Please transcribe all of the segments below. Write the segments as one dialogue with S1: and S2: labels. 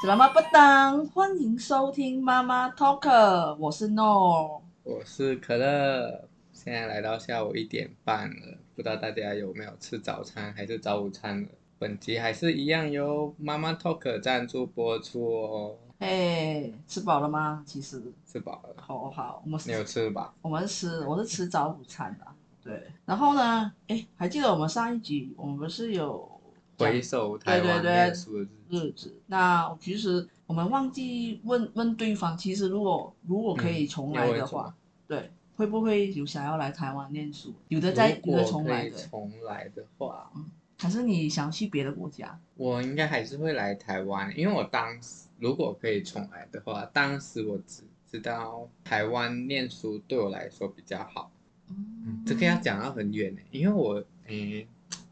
S1: 是妈妈不当，欢迎收听妈妈 Talk，我是 No。
S2: 我是可乐，现在来到下午一点半了，不知道大家有没有吃早餐还是早午餐了？本集还是一样由妈妈 Talk 赞助播出哦。
S1: 哎，吃饱了吗？其实，
S2: 吃饱了，
S1: 好好，我们
S2: 你有
S1: 是，
S2: 吃吧？
S1: 我们是吃，我是吃早午餐的、啊对，然后呢，哎，还记得我们上一集我们不是有讲
S2: 回首台
S1: 对
S2: 湾
S1: 对对
S2: 念书的日子，
S1: 日子？那其实我们忘记问问对方，其实如果如果可
S2: 嗯
S1: 以重来
S2: 要问
S1: 的
S2: 什么
S1: 话，对，会不会有想要来台湾念书？有的在，
S2: 如
S1: 有的
S2: 果
S1: 重
S2: 可
S1: 来
S2: 以
S1: 的，
S2: 重来的话，
S1: 还是你想去别的国家？
S2: 我应该还是会来台湾，因为我当时如果可以重来的话，当时我只知道台湾念书对我来说比较好。嗯，这个要讲到很远呢，欸因为我诶、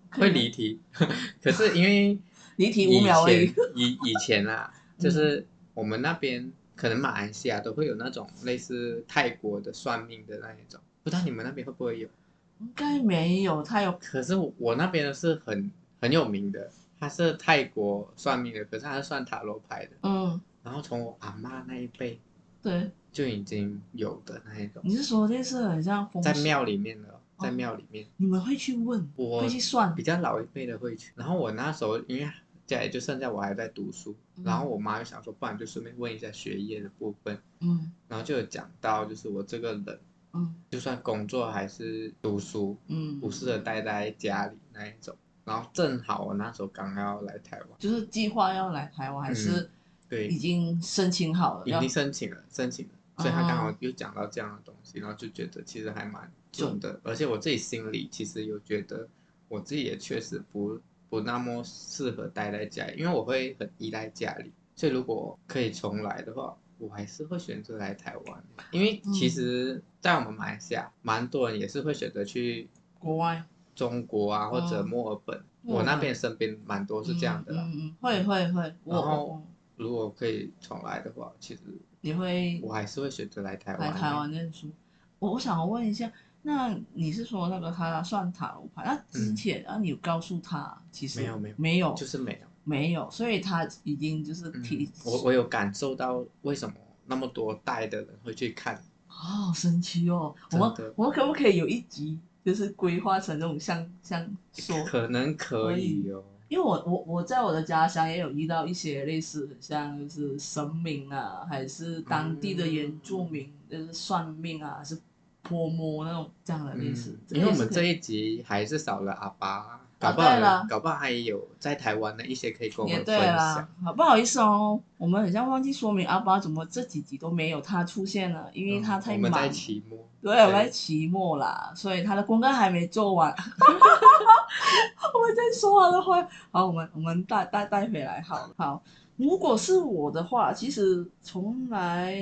S1: 可以
S2: 会离题， 可是因为
S1: 离题
S2: 以
S1: 五秒而已
S2: 前。以以前啊啦， 就是我们那边可能马来西亚都会有那种类似泰国的算命的那一种，不知道你们那边会不会有？
S1: 应该没有，他有
S2: 可是我那边的是很很有名的，他是泰国算命的，可是他是算塔罗牌的，
S1: 嗯，
S2: 然后从我阿妈那一辈
S1: 对，
S2: 就已经有的那一种，嗯
S1: 你是说这是很像风
S2: 在
S1: 水，
S2: 庙里面的，在庙里面。
S1: 你们会去问，
S2: 我
S1: 会去算
S2: 比，较老一辈的会去。然后我那时候因为家里就剩下我还在读书，
S1: 嗯
S2: 然后我妈就想说，不然就顺便问一下学业的部分，
S1: 嗯
S2: 然后就有讲到，就是我这个人
S1: 嗯
S2: 就算工作还是读书，
S1: 嗯，
S2: 不适合待在家里那一种。然后正好我那时候刚要来台湾，
S1: 就是计划要来台湾，还是
S2: 嗯对，
S1: 已经申请好了，
S2: 已
S1: 要
S2: 经申请了，申请了，所以他
S1: 哦
S2: 刚好又讲到这样的东西，然后就觉得其实还蛮准的，而且我自己心里其实有觉得，我自己也确实不不那么适合待在家里，因为我会很依赖家里，所以如果可以重来的话，我还是会选择来台湾，因为
S1: 嗯
S2: 其实，在我们马来西亚，蛮多人也是会选择去
S1: 国外，
S2: 中国啊或者
S1: 哦
S2: 墨尔本，
S1: 墨
S2: 我
S1: 尔
S2: 那
S1: 本
S2: 边身边蛮多是这样的啦。
S1: 嗯嗯嗯，会会会，我
S2: 然后
S1: 我
S2: 如果可以重来的话，其实
S1: 你会
S2: 我还是会选择来台湾。
S1: 来台湾念书，我我想问一下。那你是说那个他算塔罗牌？那之前、啊，你有告诉他，其实
S2: 嗯没有没有
S1: 没有
S2: 就是没有。
S1: 没有，所以他已经就是
S2: 嗯
S1: 提、
S2: 我我有感受到为什么那么多代的人会去看，
S1: 好神奇哦！我
S2: 真的
S1: 们我们可不可以有一集，就是规划成这种像像说？
S2: 可能可以哦。
S1: 因为我我我在我的家乡也有遇到一些类似很像就是神明啊，还是当地
S2: 嗯
S1: 的原住民，就是算命啊，还是泼摸那种这样的类似
S2: 嗯。，
S1: 这个
S2: 因为我
S1: 也是
S2: 们
S1: 可
S2: 这
S1: 以
S2: 一集还是少了阿巴，
S1: 啊
S2: 搞不
S1: 对
S2: 好
S1: 了
S2: 搞不好还有在台湾的一些可以跟我
S1: 也
S2: 们
S1: 对
S2: 分
S1: 啦
S2: 享。，
S1: 好不好意思哦，我们很像忘记说明啊阿巴怎么这几集都没有他出现了，因为他
S2: 嗯
S1: 太
S2: 我
S1: 忙
S2: 们
S1: 了。
S2: 在期末，
S1: 对，我在期末啦，所以他的功课还没做完。 我们在说他的话，好，我们我们带带带回来，好好。如果是我的话，其实从来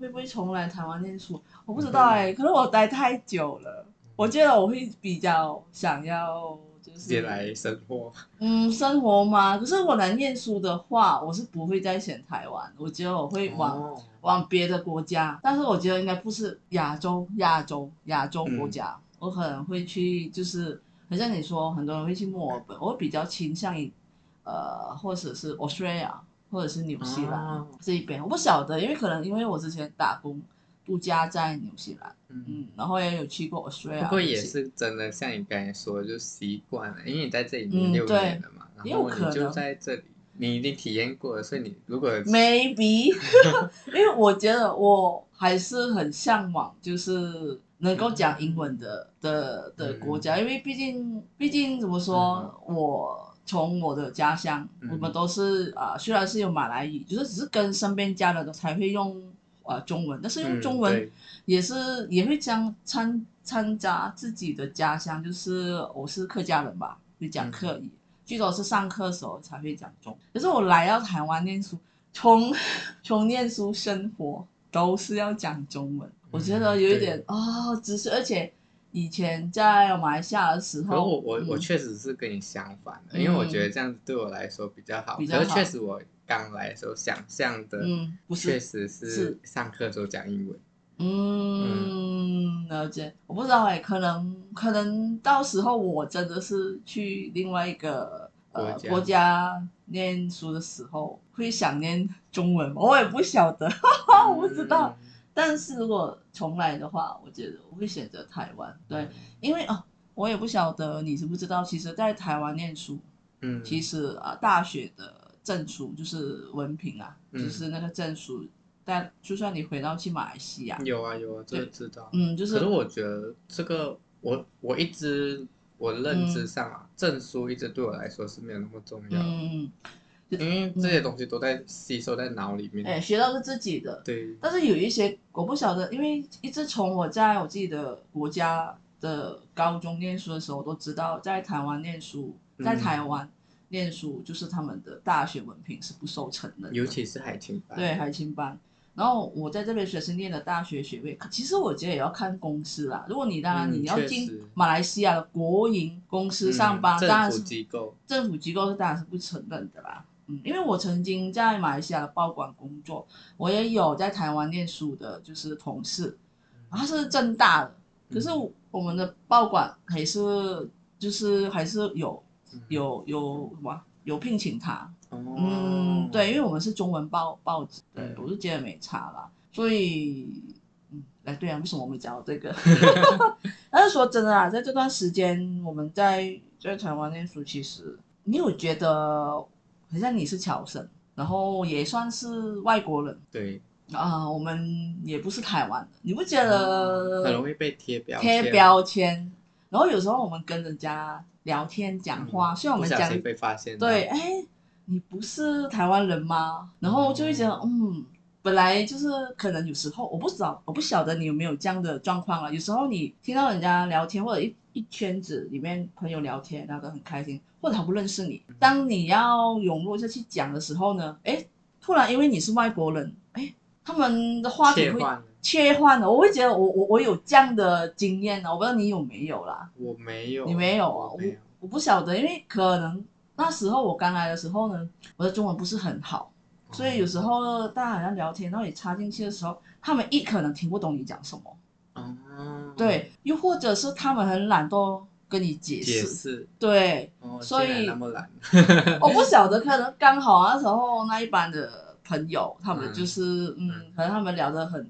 S1: 会不会重来台湾念书，我不知道哎、可能我待太久了，我觉得我会比较想要就
S2: 直接
S1: 是
S2: 来生活。
S1: 嗯生活嘛。可是我来念书的话，我是不会再选台湾，我觉得我会往
S2: 哦
S1: 往别的国家，但是我觉得应该不是亚洲、亚洲、亚洲国
S2: 嗯
S1: 家，我可能会去，就是很像你说，很多人会去墨尔本，我会比较倾向于，呃，或者是 Australia，或者是纽西兰、
S2: 哦
S1: 这一边，我不晓得，因为可能因为我之前打工度假在纽西兰，
S2: 嗯，
S1: 嗯，然后也有去过 Australia，
S2: 不过也
S1: 纽西
S2: 是真的，像你刚才说，就习惯了，因为你在这里已经
S1: 嗯
S2: 六
S1: 对
S2: 年了嘛，然
S1: 也有
S2: 后
S1: 可
S2: 你就
S1: 能
S2: 在这里，你已经体验过了，所以你如果
S1: maybe，因 为我觉得我还是很向往，就是能够讲英文的
S2: 嗯
S1: 的的国家，因为毕竟毕竟怎么说，我从我的家乡，
S2: 嗯
S1: 我们都是啊、呃虽然是有马来语，就是只是跟身边家人都才会用呃中文，但是用
S2: 嗯
S1: 中文、
S2: 对
S1: 也是也会将参参加自己的家乡，就是我是客家人吧，会讲客
S2: 嗯
S1: 语，最多是上课的时候才会讲中文。可是我来到台湾念书，从 从念书生活都是要讲中文，
S2: 嗯
S1: 我觉得有一点啊、只是而且以前在马来西亚的时
S2: 可是
S1: 候，
S2: 我我、我
S1: 嗯
S2: 确实是跟你相反的，因为我觉得这样子对我来说比较好。
S1: 比较
S2: 可是
S1: 好
S2: 确实我刚来的时候想象的，
S1: 嗯不是
S2: 确实是
S1: 是
S2: 上课的时候讲英文。
S1: 嗯，了解。我不知道哎、可能可能到时候我真的是去另外一个呃
S2: 国家
S1: 国家念书的时候会想念中文吗，我也不晓得， 哦我不知
S2: 嗯
S1: 道。但是如果重来的话，我觉得我会选择台湾，
S2: 嗯
S1: 对，因为哦，我也不晓得你知不知道，其实，在台湾念书，
S2: 嗯，嗯，
S1: 其实啊，大学的证书就是文凭啊，
S2: 嗯
S1: 就是那个证书，但就算你回到去马来西亚，
S2: 有啊有啊，这个
S1: 对
S2: 知道。
S1: 嗯，就是
S2: 可是我觉得这个，我我一直我认知上啊，证书一直对我来说是没有那么重要，
S1: 嗯，
S2: 因为这些东西都在吸收在脑里面。
S1: 哎，学到是自己的，
S2: 对，
S1: 但是有一些我不晓得，因为一直从我在我自己的国家的高中念书的时候，我都知道在台湾念书，
S2: 嗯
S1: 在台湾念书就是他们的大学文凭是不受承认的，
S2: 尤其是海青班。
S1: 对，海青班。然后我在这边学生念的大学学位，可其实我觉得也要看公司啦。如果你当然
S2: 嗯
S1: 你要
S2: 确
S1: 进
S2: 实
S1: 马来西亚的国营公司
S2: 嗯
S1: 上班，当
S2: 政
S1: 然
S2: 府
S1: 是
S2: 机构，
S1: 政府机构是当然是不承认的啦。嗯，因为我曾经在马来西亚的报馆工作，我也有在台湾念书的，就是同事，他是正大的，可是
S2: 嗯
S1: 我们的报馆还是就是还是有
S2: 嗯
S1: 有有什么啊有聘请他，
S2: 哦
S1: 嗯，对，因为我们是中文报报纸，对
S2: 嗯
S1: 我就觉得没差啦，所以，嗯，哎，对啊，为什么我们讲到这 个？ 但是说真的啊，在这段时间我们在在台湾念书，其实你有觉得好像你是侨生，然后也算是外国人
S2: 对，
S1: 啊、我们也不是台湾的，你不觉
S2: 啊很
S1: 得
S2: 容易被贴标
S1: 贴
S2: 签
S1: 标签？然后有时候我们跟人家聊天讲话，
S2: 嗯
S1: 虽然我们
S2: 不小
S1: 讲
S2: 心被发现，
S1: 对，，哎，你不是台湾人吗？然后就会觉得，嗯，本来就是可能有时候我不知道，我不晓得你有没有这样的状况了。啊有时候你听到人家聊天，或者一一圈子里面朋友聊天聊得很开心，或者他不认识你，当你要涌入再去讲的时候呢，
S2: 嗯
S1: 哎，突然因为你是外国人，哎，他们的话题
S2: 切
S1: 会。
S2: 换了。
S1: 切换了，我会觉得我我我有这样的经验啊呢，我不知道你有没有啦。
S2: 我没有，
S1: 你没有啊？
S2: 我
S1: 我
S2: 没有
S1: 我不晓得，因为可能那时候我刚来的时候呢，我的中文不是很好，所以有时候大家好像聊天，然后你插进去的时候，他们一可能听不懂你讲什么，
S2: 哦，
S1: 对，又或者是他们很懒惰跟你解
S2: 解
S1: 释，
S2: 释，
S1: 对，
S2: 哦，
S1: 所
S2: 竟然
S1: 以
S2: 那么懒，
S1: 我不晓得，可能刚好啊那时候那一班的朋友，他们
S2: 嗯
S1: 就是嗯
S2: 嗯
S1: 可能他们聊得很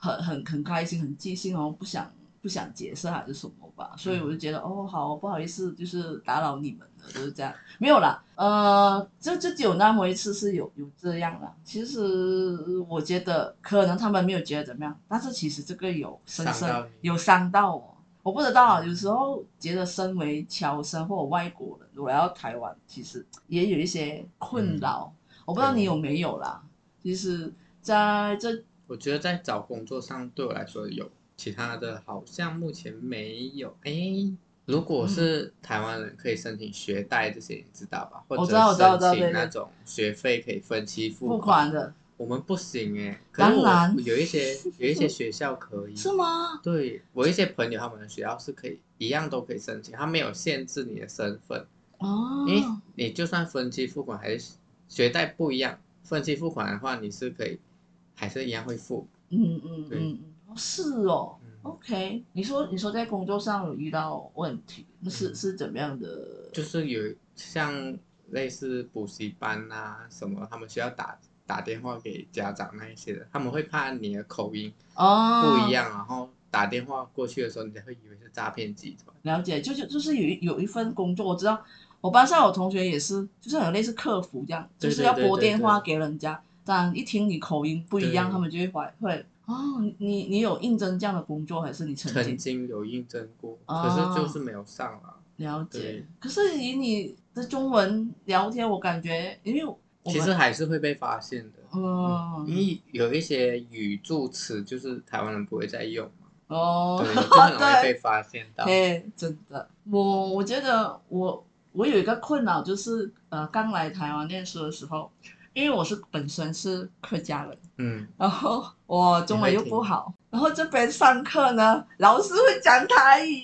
S1: 很很很开心，很尽兴，然哦后不想不想解释还是什么吧，
S2: 嗯
S1: 所以我就觉得、哦，好，不好意思，就是打扰你们了，就是这样，没有啦，呃，就就只有那么一次是有有这样啦。其实我觉得可能他们没有觉得怎么样，但是其实这个有深深
S2: 伤到你
S1: 有伤到我。我不知道啊，有时候觉得身为侨生或者外国人，我来到台湾，其实也有一些困
S2: 嗯
S1: 扰。我不知道你有没有啦。其实，在这
S2: 我觉得在找工作上对我来说有，其他的好像目前没有。诶，如果
S1: 嗯
S2: 是台湾人，可以申请学贷这些，你知道吧？或
S1: 我
S2: 者
S1: 知道我知道
S2: 申
S1: 我
S2: 请
S1: 知道
S2: 那种学费可以分期付
S1: 付款，
S2: 款
S1: 的
S2: 我们不行诶，可
S1: 当
S2: 是
S1: 然
S2: 我有 一些有一些学校可以，
S1: 是？吗？
S2: 对我一些朋友，他们的学校是可以一样都可以申请，他没有限制你的身份，
S1: 哦，
S2: 因为你就算分期付款还是学贷不一样，分期付款的话你是可以还是一样会付，
S1: 嗯嗯嗯
S2: 对
S1: 嗯，哦是哦。
S2: 嗯，
S1: OK，你说你说在工作上有遇到问题，那是
S2: 嗯
S1: 是怎么样的？
S2: 就是有像类似补习班啊什么，他们需要打打电话给家长那一些的，他们会怕你的口音
S1: 哦，
S2: 不一样，然后打电话过去的时候，你才会以为是诈骗集团。
S1: 了解，就就就是有一有一份工作，我知道我班上有同学也是，就是有类似客服这样，就
S2: 对
S1: 是
S2: 对
S1: 要
S2: 对
S1: 拨
S2: 对
S1: 电
S2: 对
S1: 话给人家，当然一听你口音不一样，
S2: 对
S1: 他们就会怀会哦，你你你有应征这样的工作，还是你曾
S2: 曾
S1: 经
S2: 经有应征过，可
S1: 哦
S2: 是就是没有上了。
S1: 了解
S2: 对？
S1: 可是以你的中文聊天，我感觉因为我
S2: 其
S1: 们
S2: 实还是会被发现的，
S1: 嗯
S2: 因为有一些语助词就是台湾人不会再用嘛，
S1: 哦
S2: 对， 啊就很容易
S1: 对
S2: 被发现到。
S1: 哎，真的，我我觉得我我有一个困扰，就是呃，刚来台湾念书的时候，因为我是本身是客家人，
S2: 嗯，
S1: 然后我中文又不好，然后这边上课呢，老师会讲台语，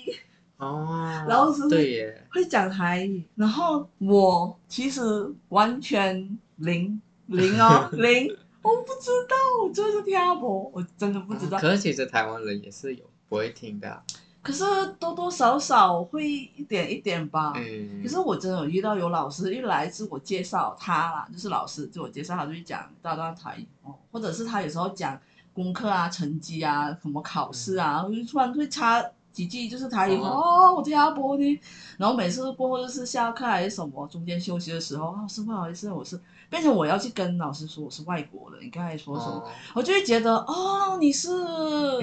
S2: 哦，
S1: 老师
S2: 对耶，
S1: 会讲台语，然后我其实完全零零 哦零，我不知道，我就是听不，我真的不知道。
S2: 可是其实台湾人也是有不会听的啊、
S1: 可是多多少少会一点一点吧。
S2: 嗯，
S1: 啊可是我真的有遇到有老师，一来自我介绍他啦，就是老师自我介绍，他就会讲大段台语哦，或者是他有时候讲功课啊、成绩啊、什么考试啊，就突然会插几句就是台语，
S2: 哦
S1: 哦，我听阿波呢。然后每次过后就是下课还是什么，中间休息的时候，啊老师不好意思，我是变成我要去跟老师说我是外国人，你刚才说什么，
S2: 哦哎
S1: 我就会觉得哦，你是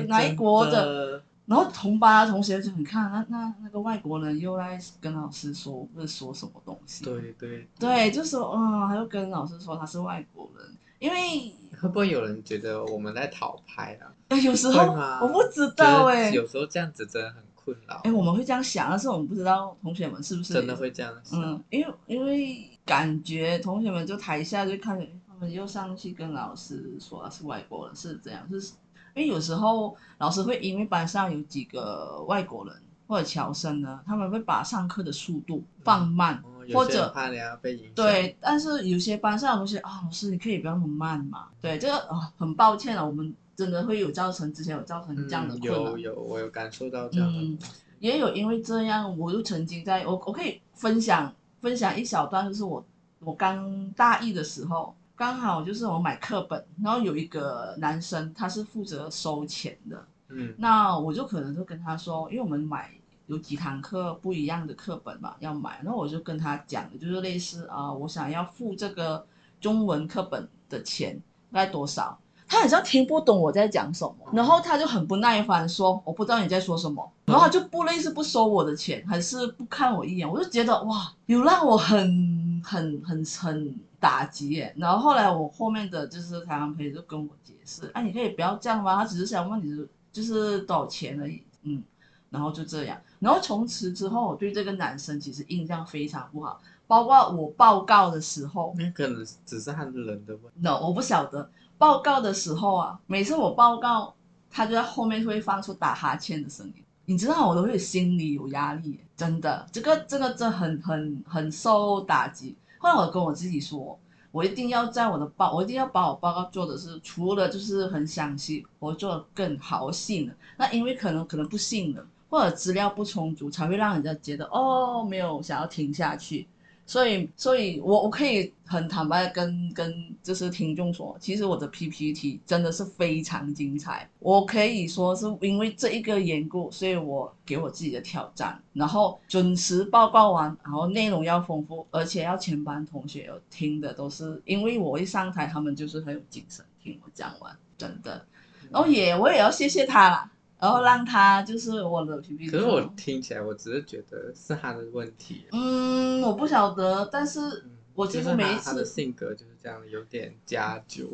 S1: 哪一国
S2: 真
S1: 的？
S2: 的？
S1: 然后同班同学就很看那那那个外国人又来跟老师说，不是说什么东西？
S2: 对对，
S1: 对，就说嗯，他就跟老师说他是外国人，因为
S2: 会不会有人觉得我们在讨拍啊？
S1: 呃有时
S2: 会
S1: 候
S2: 吗
S1: 我不知
S2: 觉
S1: 道
S2: 得
S1: 哎、
S2: 有时候这样子真的很困扰
S1: 哎，，我们会这样想，但是我们不知道同学们是不是
S2: 真的会这样想。
S1: 嗯，因为因为感觉同学们就台下就看着他们又上去跟老师说他啊是外国人是这样，就是因为有时候老师会因为班上有几个外国人或者侨生呢，他们会把上课的速度放慢，
S2: 哦有
S1: 或
S2: 些
S1: 者
S2: 人怕人家被影响，，
S1: 对，但嗯是有些班上的同学啊，老师你可以不要那么慢嘛，对，这个啊很抱歉了，我们真的会有造成之前有造成这样的
S2: 嗯、
S1: 困扰
S2: 有。有，我有感受到这样的
S1: 嗯
S2: 东西。
S1: 也有因为这样，我就曾经在我我可以分享分享一小段，就是我我刚大一的时候，刚好就是我买课本，然后有一个男生他是负责收钱的，
S2: 嗯
S1: 那我就可能就跟他说，因为我们买有几堂课不一样的课本嘛要买，然后我就跟他讲，就是类似啊、我想要付这个中文课本的钱，大概多少？他好像听不懂我在讲什么，然后他就很不耐烦说：“我不知道你在说什么。”然后他就不类似不收我的钱，还是不看我一眼，我就觉得哇，有让我很很很很打击耶。然后后来我后面的就是台湾朋友就跟我解释：“哎、你可以不要这样吗？他只是想问你就是多少钱而已。”嗯，然后就这样。然后从此之后，我对这个男生其实印象非常不好，包括我报告的时候，
S2: 那可能只是他人的问题。
S1: no，我不晓得。报告的时候啊，每次我报告，他就在后面会放出打哈欠的声音，你知道我都会有心里有压力耶，真的，这个这个这很很很受打击。后来我跟我自己说，我一定要在我的报，我一定要把我报告做的是，除了就是很详细，我做的更好，我信了。那因为可能可能不信了，或者资料不充足，才会让人家觉得哦，没有想要听下去。所以，所以我我可以很坦白地跟跟就是听众说，其实我的 PPT 真的是非常精彩。我可以说是因为这一个缘故，所以我给我自己的挑战，然后准时报告完，然后内容要丰富，而且要全班同学有听的都是，因为我一上台，他们就是很有精神听我讲完，真的。然后哦也我也要谢谢他啦，然后让他就是啊我的 PPT。
S2: 可是我听起来，我只是觉得是他的问题。啊
S1: 嗯，我不晓得，但是
S2: 嗯
S1: 我
S2: 就
S1: 几
S2: 是
S1: 乎每一
S2: 他他
S1: 次
S2: 的性格就是这样，有点加酒。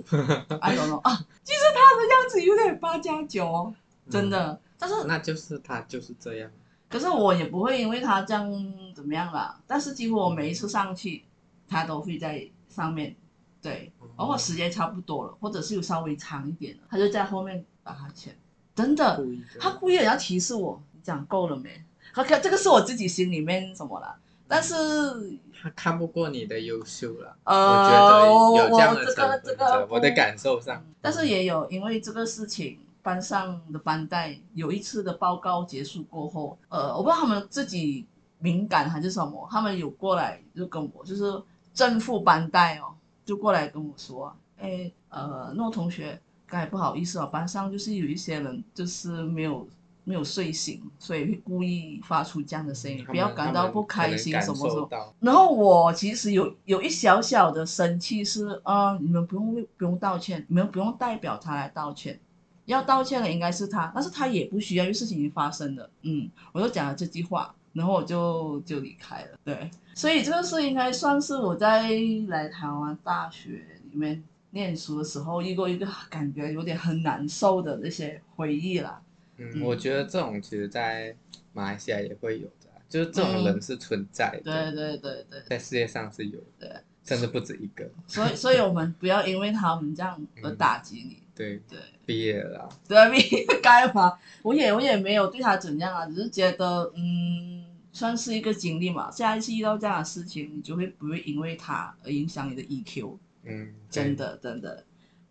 S1: I don't know 啊，其实他的样子有点八加九哦，真的。但是
S2: 嗯，那就是他就是这样。
S1: 可是我也不会因为他这样怎么样啦。但是几乎我每一次上去，他都会在上面，对。
S2: 哦
S1: 然后时间差不多了，或者是有稍微长一点了，他就在后面打哈欠，真的。
S2: 故意的
S1: 他故意要提示我，你讲够了没？好，可这个是我自己心里面什么啦。但是
S2: 他看不过你的优秀了。我觉
S1: 呃，
S2: 得
S1: 我
S2: 有这样
S1: 我
S2: 的
S1: 这
S2: 成
S1: 个
S2: 分在，
S1: 这个
S2: 我的
S1: 不
S2: 感受上。
S1: 但是也有因为这个事情，班上的班带有一次的报告结束过后，呃，我不知道他们自己敏感还是什么，他们有过来就跟我，就是正副班带哦，就过来跟我说，哎，呃，诺同学，刚才不好意思哦，班上就是有一些人就是没有。没有睡醒，所以会故意发出这样的声音，
S2: 他
S1: 不要
S2: 们
S1: 感
S2: 他
S1: 到
S2: 们
S1: 不
S2: 可
S1: 开
S2: 能
S1: 心
S2: 感
S1: 什么什
S2: 受
S1: 么。
S2: 到
S1: 然后我其实有有一小小的生气是，啊，你们不用为不用道歉，你们不用代表他来道歉，要道歉的应该是他，但是他也不需要，因为事情已经发生了。嗯，我就讲了这句话，然后我就就离开了。对，所以这个事应该算是我在来台湾大学里面念书的时候遇过一个感觉有点很难受的那些回忆啦。
S2: 嗯，
S1: 嗯
S2: 我觉得这种其实，在马来西亚也会有的啊，就是这种
S1: 嗯
S2: 人是存在
S1: 对
S2: 的，
S1: 对对对，
S2: 在世界上是有
S1: 对
S2: 的，甚至不止一个。
S1: 所以所以我们不要因为他们这样而打击你。
S2: 对，
S1: 对。
S2: 毕业了啊啦，
S1: 对，你该嘛？我也我也没有对他怎样啊，只是觉得嗯，算是一个经历嘛。下一次遇到这样的事情，你就会不会因为他而影响你的 EQ？
S2: 嗯，
S1: 真
S2: 对。
S1: 的真的。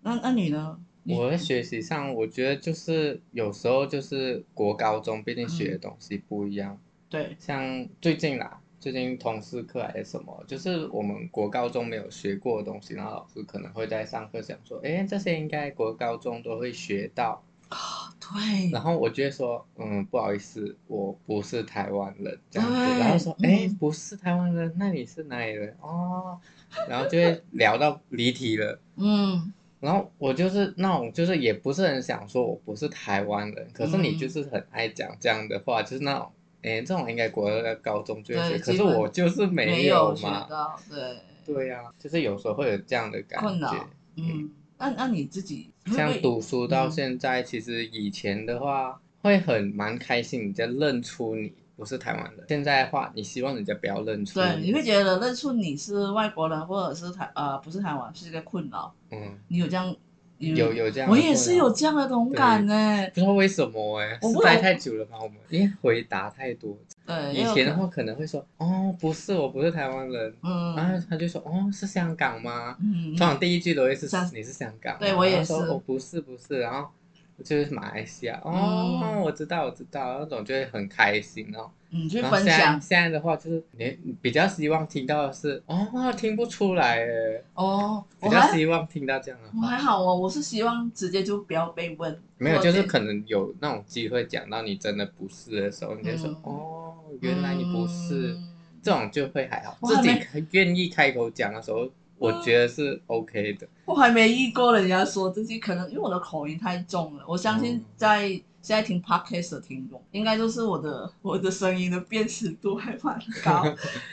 S1: 那那你呢？
S2: 我的学习上，我觉得就是有时候就是国高中，毕竟学的东西不一样。
S1: 对，
S2: 像最近啦，最近同事课还是什么，就是我们国高中没有学过的东西，然后老师可能会在上课讲说，哎，这些应该国高中都会学到。
S1: 对，
S2: 然后我就会说，嗯，不好意思，我不是台湾人这样子。
S1: 对
S2: 然后说，
S1: 嗯
S2: 哎，不是台湾人，那你是哪里人？哦，然后就会聊到离题了。
S1: 嗯，
S2: 然后我就是那种，就是也不是很想说我不是台湾人，可是
S1: 嗯
S2: 你就是很爱讲这样的话，就是那种，哎，这种应该国二高中就会
S1: 对
S2: 学，可
S1: 基
S2: 是
S1: 本
S2: 我就是
S1: 没
S2: 有
S1: 学
S2: 嘛。
S1: 到，对，嗯
S2: 对呀、就是有时候会有这样的感
S1: 困
S2: 觉
S1: 扰。嗯，那那你自己会不
S2: 像
S1: 会
S2: 读书到
S1: 嗯
S2: 现在，其实以前的话会很蛮开心，人家认出你不是台湾人。现在的话，你希望人家不要认出
S1: 对，你会觉得认出你是外国人或者是台呃不是台湾是一个困扰，
S2: 嗯，
S1: 你有这样
S2: 有有这样的困扰。
S1: 我也是有这样的同感呢、
S2: 不知道为什么哎、
S1: 我
S2: 是
S1: 不
S2: 待太久了吧？我们因为回答太多。
S1: 对，
S2: 以
S1: 也有
S2: 前
S1: 可
S2: 的话可能会说哦，不是，我不是台湾人，然
S1: 嗯
S2: 后他就说哦，是香港吗？
S1: 嗯
S2: 通，常第一句都会是
S1: 香
S2: 你是香港吗，
S1: 对我也是
S2: 然后说哦，不是不是，然后就是马来西亚，哦，
S1: 嗯
S2: 我知道我知道，那种就会很开心哦。
S1: 嗯，去
S2: 然后
S1: 分
S2: 现在
S1: 享
S2: 现在的话就是你你比较希望听到的是哦，听不出来耶，
S1: 哦。
S2: 比
S1: 我
S2: 较
S1: 还
S2: 希望听到这样的
S1: 我
S2: 话。
S1: 还好哦，我是希望直接就不要被问，
S2: 没有，
S1: 或
S2: 就
S1: 者
S2: 是可能有那种机会讲到你真的不是的时候，你就说、
S1: 嗯
S2: 哦，原来你不是，
S1: 嗯
S2: 这种就会还好。
S1: 我
S2: 自
S1: 还
S2: 己
S1: 没
S2: 开愿意开口讲的时
S1: 嗯
S2: 候，我觉得是 OK 的。
S1: 我还没遇过人家说自己可能因为我的口音太重了，我相信
S2: 嗯
S1: 在、现在听 podcast 的听众，应该就是我的我的声音的辨识度还蛮 高，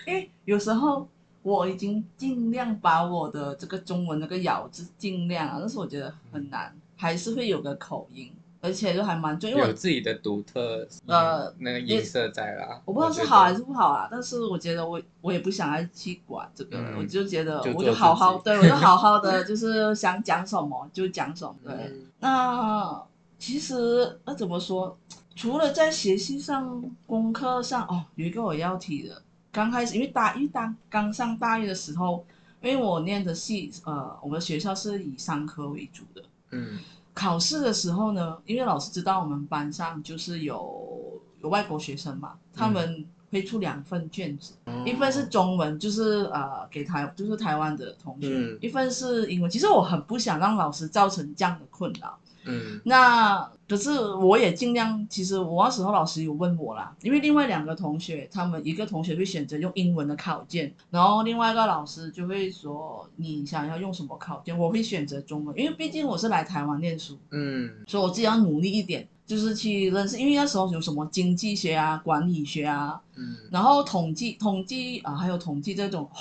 S1: 因为有时候我已经尽量把我的这个中文那个咬字尽量啊，但是我觉得很难，还是会有个口音，而且就还蛮重，因为
S2: 有
S1: 我
S2: 自己的独特
S1: 呃
S2: 嗯那个音色在啦。
S1: 我不知道是
S2: 觉
S1: 好还
S2: 得
S1: 是不好啊，但是我觉得我我也不想要去管这个了，
S2: 嗯
S1: 我就觉得
S2: 就
S1: 我
S2: 做
S1: 就好好
S2: 自己
S1: 对我就好好的， 就是想讲什么就讲什么，对。
S2: 嗯
S1: 那其实那怎么说？除了在学习上、功课上，哦，有一个我要提的。刚开始，因为大因为当刚上大一的时候，因为我念的系，呃，我们学校是以商科为主的。
S2: 嗯
S1: 考试的时候呢，因为老师知道我们班上就是有有外国学生嘛，他们会出两份卷子，一份是中文，就是呃给台就是台湾的同学，
S2: 嗯
S1: 一份是英文。其实我很不想让老师造成这样的困扰。
S2: 嗯
S1: 那可是我也尽量，其实我那时候老师有问我啦，因为另外两个同学，他们一个同学会选择用英文的考卷，然后另外一个老师就会说你想要用什么考卷，我会选择中文，因为毕竟我是来台湾念书，
S2: 嗯
S1: 所以我自己要努力一点，就是去认识，因为那时候有什么经济学啊、管理学啊，
S2: 嗯，
S1: 然后统计、统计啊，还有统计这种，哇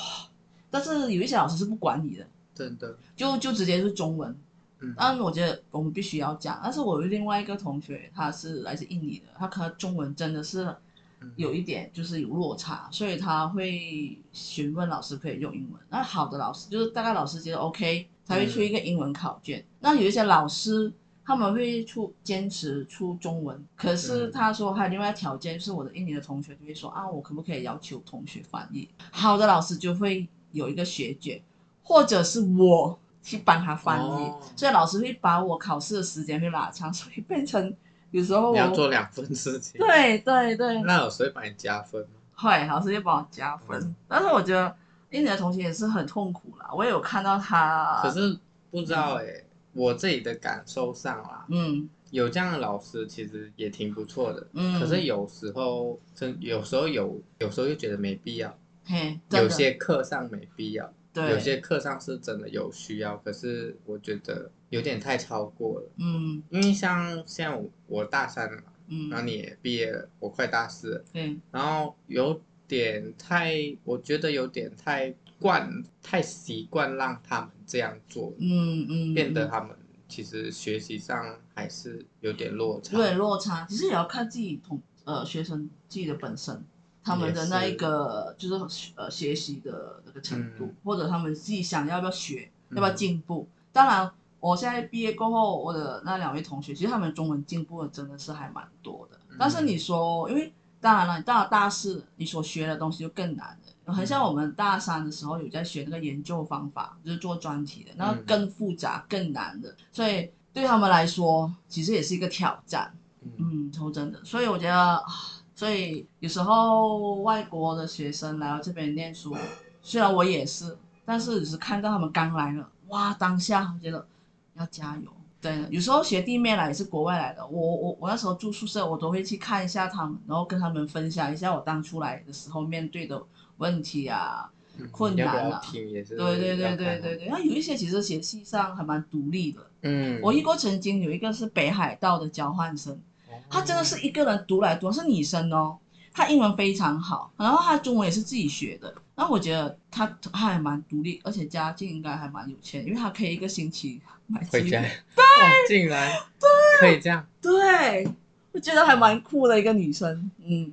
S1: 但是有一些老师是不管你的，
S2: 真的，
S1: 就就直接是中文。
S2: 嗯
S1: 但我觉得我们必须要讲。但是我有另外一个同学，他是来自印尼的，他可能中文真的是
S2: 嗯
S1: 有一点就是有落差，所以他会询问老师可以用英文。那好的老师就是大概老师觉得 OK，才会出一个英文考卷。那有一些老师他们会出坚持出中文，可是
S2: 嗯
S1: 他说还有另外一个条件，就是我的印尼的同学就会说啊，我可不可以要求同学翻译？好的老师就会有一个学姐，或者是我去帮他翻译，
S2: 哦
S1: 所以老师会把我考试的时间会拉长，所以变成有时候
S2: 你
S1: 我
S2: 要做两份事情，，
S1: 对对对，
S2: 那老师会帮你加分吗？
S1: 会老师就帮我加分。
S2: 嗯
S1: 但是我觉得印尼的同学也是很痛苦啦，我也有看到他，
S2: 可是不知道哎、我自己的感受上啦，
S1: 嗯
S2: 有这样的老师其实也挺不错的。
S1: 嗯，
S2: 可是有时候真有时候有，有时候又觉得没必要，
S1: 嘿，真的
S2: 有些课上没必要，
S1: 对
S2: 有些课上是真的有需要。可是我觉得有点太超过了，
S1: 嗯
S2: 因为像现在我我大三了嘛，
S1: 嗯
S2: 然后你也毕业了，我快大四了，
S1: 对
S2: 然后有点太，我觉得有点太惯，太习惯让他们这样做了，
S1: 嗯嗯
S2: 变得
S1: 嗯
S2: 他们其实学习上还是有点落差。
S1: 对落差，其实也要看自己同呃学生自己的本身。他们的
S2: 也是
S1: 那一个就是呃学习的那个程度，
S2: 嗯
S1: 或者他们自己想要不要学，
S2: 嗯
S1: 要不要进步。当然，我现在毕业过后，我的那两位同学，其实他们中文进步的真的是还蛮多的。
S2: 嗯
S1: 但是你说，因为当然了，你到了大四，你所学的东西就更难了。很
S2: 嗯
S1: 像我们大三的时候有在学那个研究方法，就是做专题的，那
S2: 嗯
S1: 更复杂、更难的。所以对他们来说其实也是一个挑战。
S2: 嗯，
S1: 嗯，说真的，所以我觉得， 啊所以有时候外国的学生来到这边念书，虽然我也是，但是只是看到他们刚来了，哇，当下我觉得要加油。对，有时候学弟妹来也是国外来的，我我我那时候住宿舍，我都会去看一下他们，然后跟他们分享一下我当初来的时候面对的问题啊，
S2: 嗯
S1: 困难啊
S2: 要不要听也是啊
S1: 对对哦对对对
S2: 对，
S1: 对，那有一些其实学习上还蛮独立的。
S2: 嗯，
S1: 我遇过曾经有一个是北海道的交换生，
S2: 哦
S1: 她真的是一个人独来独往，是女生哦。她英文非常好，然后她中文也是自己学的。然后我觉得她她还蛮独立，而且家境应该还蛮有钱，因为她可以一个星期买
S2: 回
S1: 机
S2: 家，
S1: 票。
S2: 对，竟然对可以 这样，
S1: 对，我觉得还蛮酷的一个女生，嗯。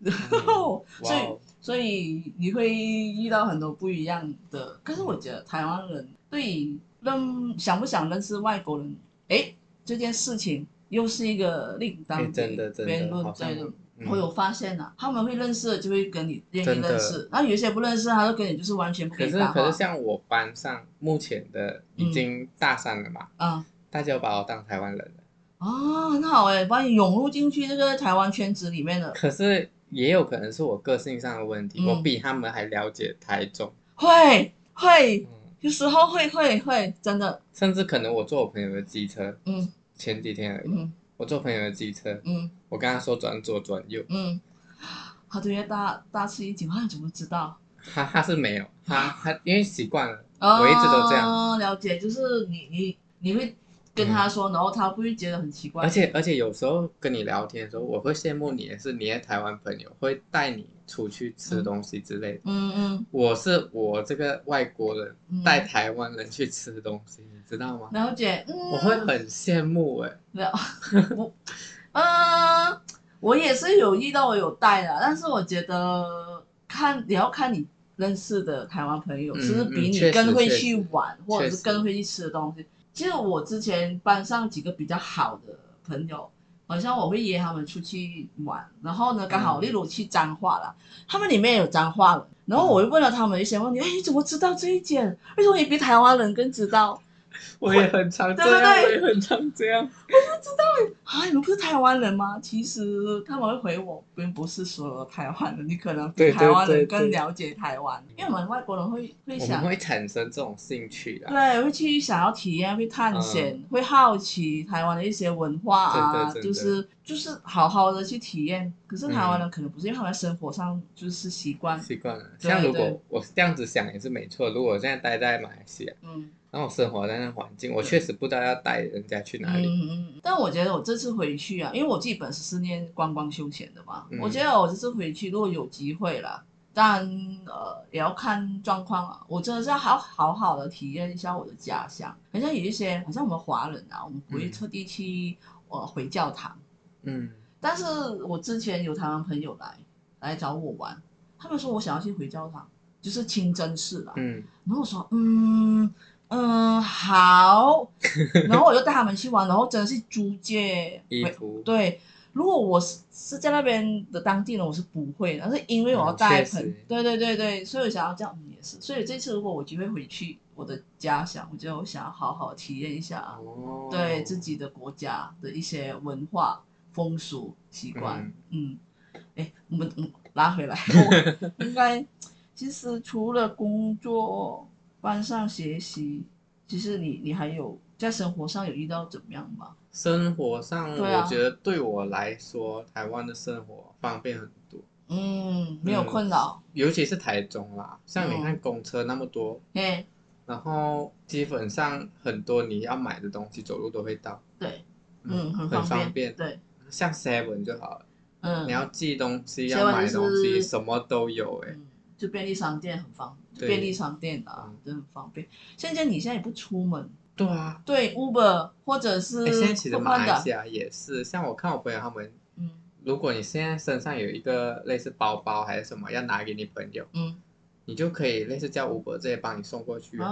S1: 然后，所
S2: 哇
S1: 以
S2: 哦，
S1: 所以你会遇到很多不一样的。可是我觉得台湾人对认想不想认识外国人，诶，这件事情又是一个另当
S2: 哎真的真的
S1: 辩论
S2: 好像
S1: 对的。
S2: 嗯
S1: 我有发现啊，他们会认识的就会跟你愿意
S2: 真的
S1: 认识，然后有一些不认识，他就跟你就是完全不
S2: 可
S1: 跟你
S2: 是
S1: 搭
S2: 可
S1: 话嗯
S2: 是。像我班上目前的已经大三了嘛，
S1: 啊
S2: 大家都把我当台湾人了，
S1: 啊，很好哎、把你涌入进去这个台湾圈子里面了。
S2: 可是也有可能是我个性上的问题，
S1: 嗯
S2: 我比他们还了解台中，
S1: 会会，
S2: 嗯，
S1: 有时候会会会，真的，
S2: 甚至可能我坐我朋友的机车，
S1: 嗯
S2: 前几天而已，
S1: 嗯
S2: 我坐朋友的机车，
S1: 嗯
S2: 我跟他说转左转右，
S1: 嗯，他对于大大吃一惊，他怎么知道？
S2: 他他是没有，他他因为习惯了，
S1: 哦
S2: 我一直都这样，嗯
S1: 了解，就是你你你会跟他说，然后他不会觉得很奇怪。
S2: 而且而且有时候跟你聊天的时候，我会羡慕你的是你的台湾朋友会带你出去吃东西之类的。
S1: 嗯，嗯
S2: 我是我这个外国人
S1: 嗯，
S2: 带台湾人去吃东西，你知道吗？
S1: 了解，嗯，
S2: 我会很羡慕哎、
S1: 了， 我，嗯，我也是有遇到我有带的，但是我觉得看也要看你认识的台湾朋友
S2: 嗯
S1: 是不是比
S2: 嗯
S1: 你
S2: 确实
S1: 更会
S2: 确实
S1: 去玩，或者
S2: 确
S1: 是
S2: 实
S1: 更会去吃的东西。其实我之前班上几个比较好的朋友，好像我会约他们出去玩，然后呢，刚好
S2: 嗯
S1: 例如去彰化啦，他们里面有彰化人，然后
S2: 嗯
S1: 我就问了他们一些问题，哎，你怎么知道这一点？为什么你比台湾人更知道？
S2: 我也很常这
S1: 对
S2: 样，
S1: 对
S2: 我也很常这样。
S1: 啊，你们不是台湾人吗？其实他们会回我，并不是所有台湾人，你可能比
S2: 对对
S1: 台湾人
S2: 对
S1: 更
S2: 对
S1: 了解台湾，因为我们外国人会会
S2: 我们
S1: 想，
S2: 会产生这种兴趣啦。
S1: 对，会去想要体验，会探
S2: 嗯
S1: 险，会好奇台湾的一些文化啊，
S2: 真的真的
S1: 就是就是好好的去体验。可是台湾人可能不是，因为他们生活上就是习惯，
S2: 嗯习惯了，
S1: 啊对
S2: 像如
S1: 对
S2: 果我这样子想也是没错。如果我现在待在马来西亚，
S1: 嗯。
S2: 然后我生活在那环境，我
S1: 对
S2: 确实不知道要带人家去哪里。
S1: 嗯嗯嗯。但我觉得我这次回去啊，因为我自己本身是念观光休闲的嘛，
S2: 嗯
S1: 我觉得我这次回去如果有机会啦，当然呃也要看状况啊。我真的是要好好好的体验一下我的家乡，好像有一些好像我们华人啊，我们不会
S2: 嗯
S1: 特地去呃回教堂，
S2: 嗯，
S1: 但是我之前有台湾朋友来来找我玩，他们说我想要去回教堂，就是清真寺啦。
S2: 嗯，
S1: 然后我说，嗯嗯 好，然后我就带他们去玩，然后真的是租借
S2: 衣
S1: 回
S2: 服，
S1: 对。如果我是是在那边的当地人，我是不会的，但是因为我要
S2: 嗯
S1: 带
S2: 确实
S1: 朋，对对对对，所以我想要这样嗯也是。所以这次如果我有机会回去我的家乡，我觉得我想要好好体验一下、啊
S2: 哦，
S1: 对自己的国家的一些文化、风俗、习惯。嗯，哎、我们嗯拉回来，我 应该其实除了工作、班上学习，其实你你还有在生活上有遇到怎么样吗？
S2: 生活上，
S1: 对啊
S2: 我觉得对我来说，台湾的生活方便很多，
S1: 嗯，没有
S2: 嗯
S1: 困扰。
S2: 尤其是台中啦，像
S1: 嗯
S2: 你看公车那么多，
S1: 哎、
S2: 然后基本上很多你要买的东西走路都会到，
S1: 对，嗯，很
S2: 很
S1: 方
S2: 方
S1: 便。
S2: 便。
S1: 对，
S2: 像 Seven 就好了，
S1: 嗯，
S2: 你要寄东西，
S1: 7-Eleven
S2: 要买东
S1: 就
S2: 西，
S1: 是
S2: 什么都有哎、
S1: 嗯，就便利商店很方便，就
S2: 对
S1: 便利商店啊
S2: 嗯，
S1: 真的很方便。现在你现在也不出门，
S2: 对啊，
S1: 对 Uber 或者是
S2: 哎、现在其实马
S1: Foodpanda
S2: 来西亚也是，像我看我朋友他们，
S1: 嗯
S2: 如果你现在身上有一个类似包包还是什么，要拿给你朋友，
S1: 嗯
S2: 你就可以类似叫 Uber 这些帮你送过去啊。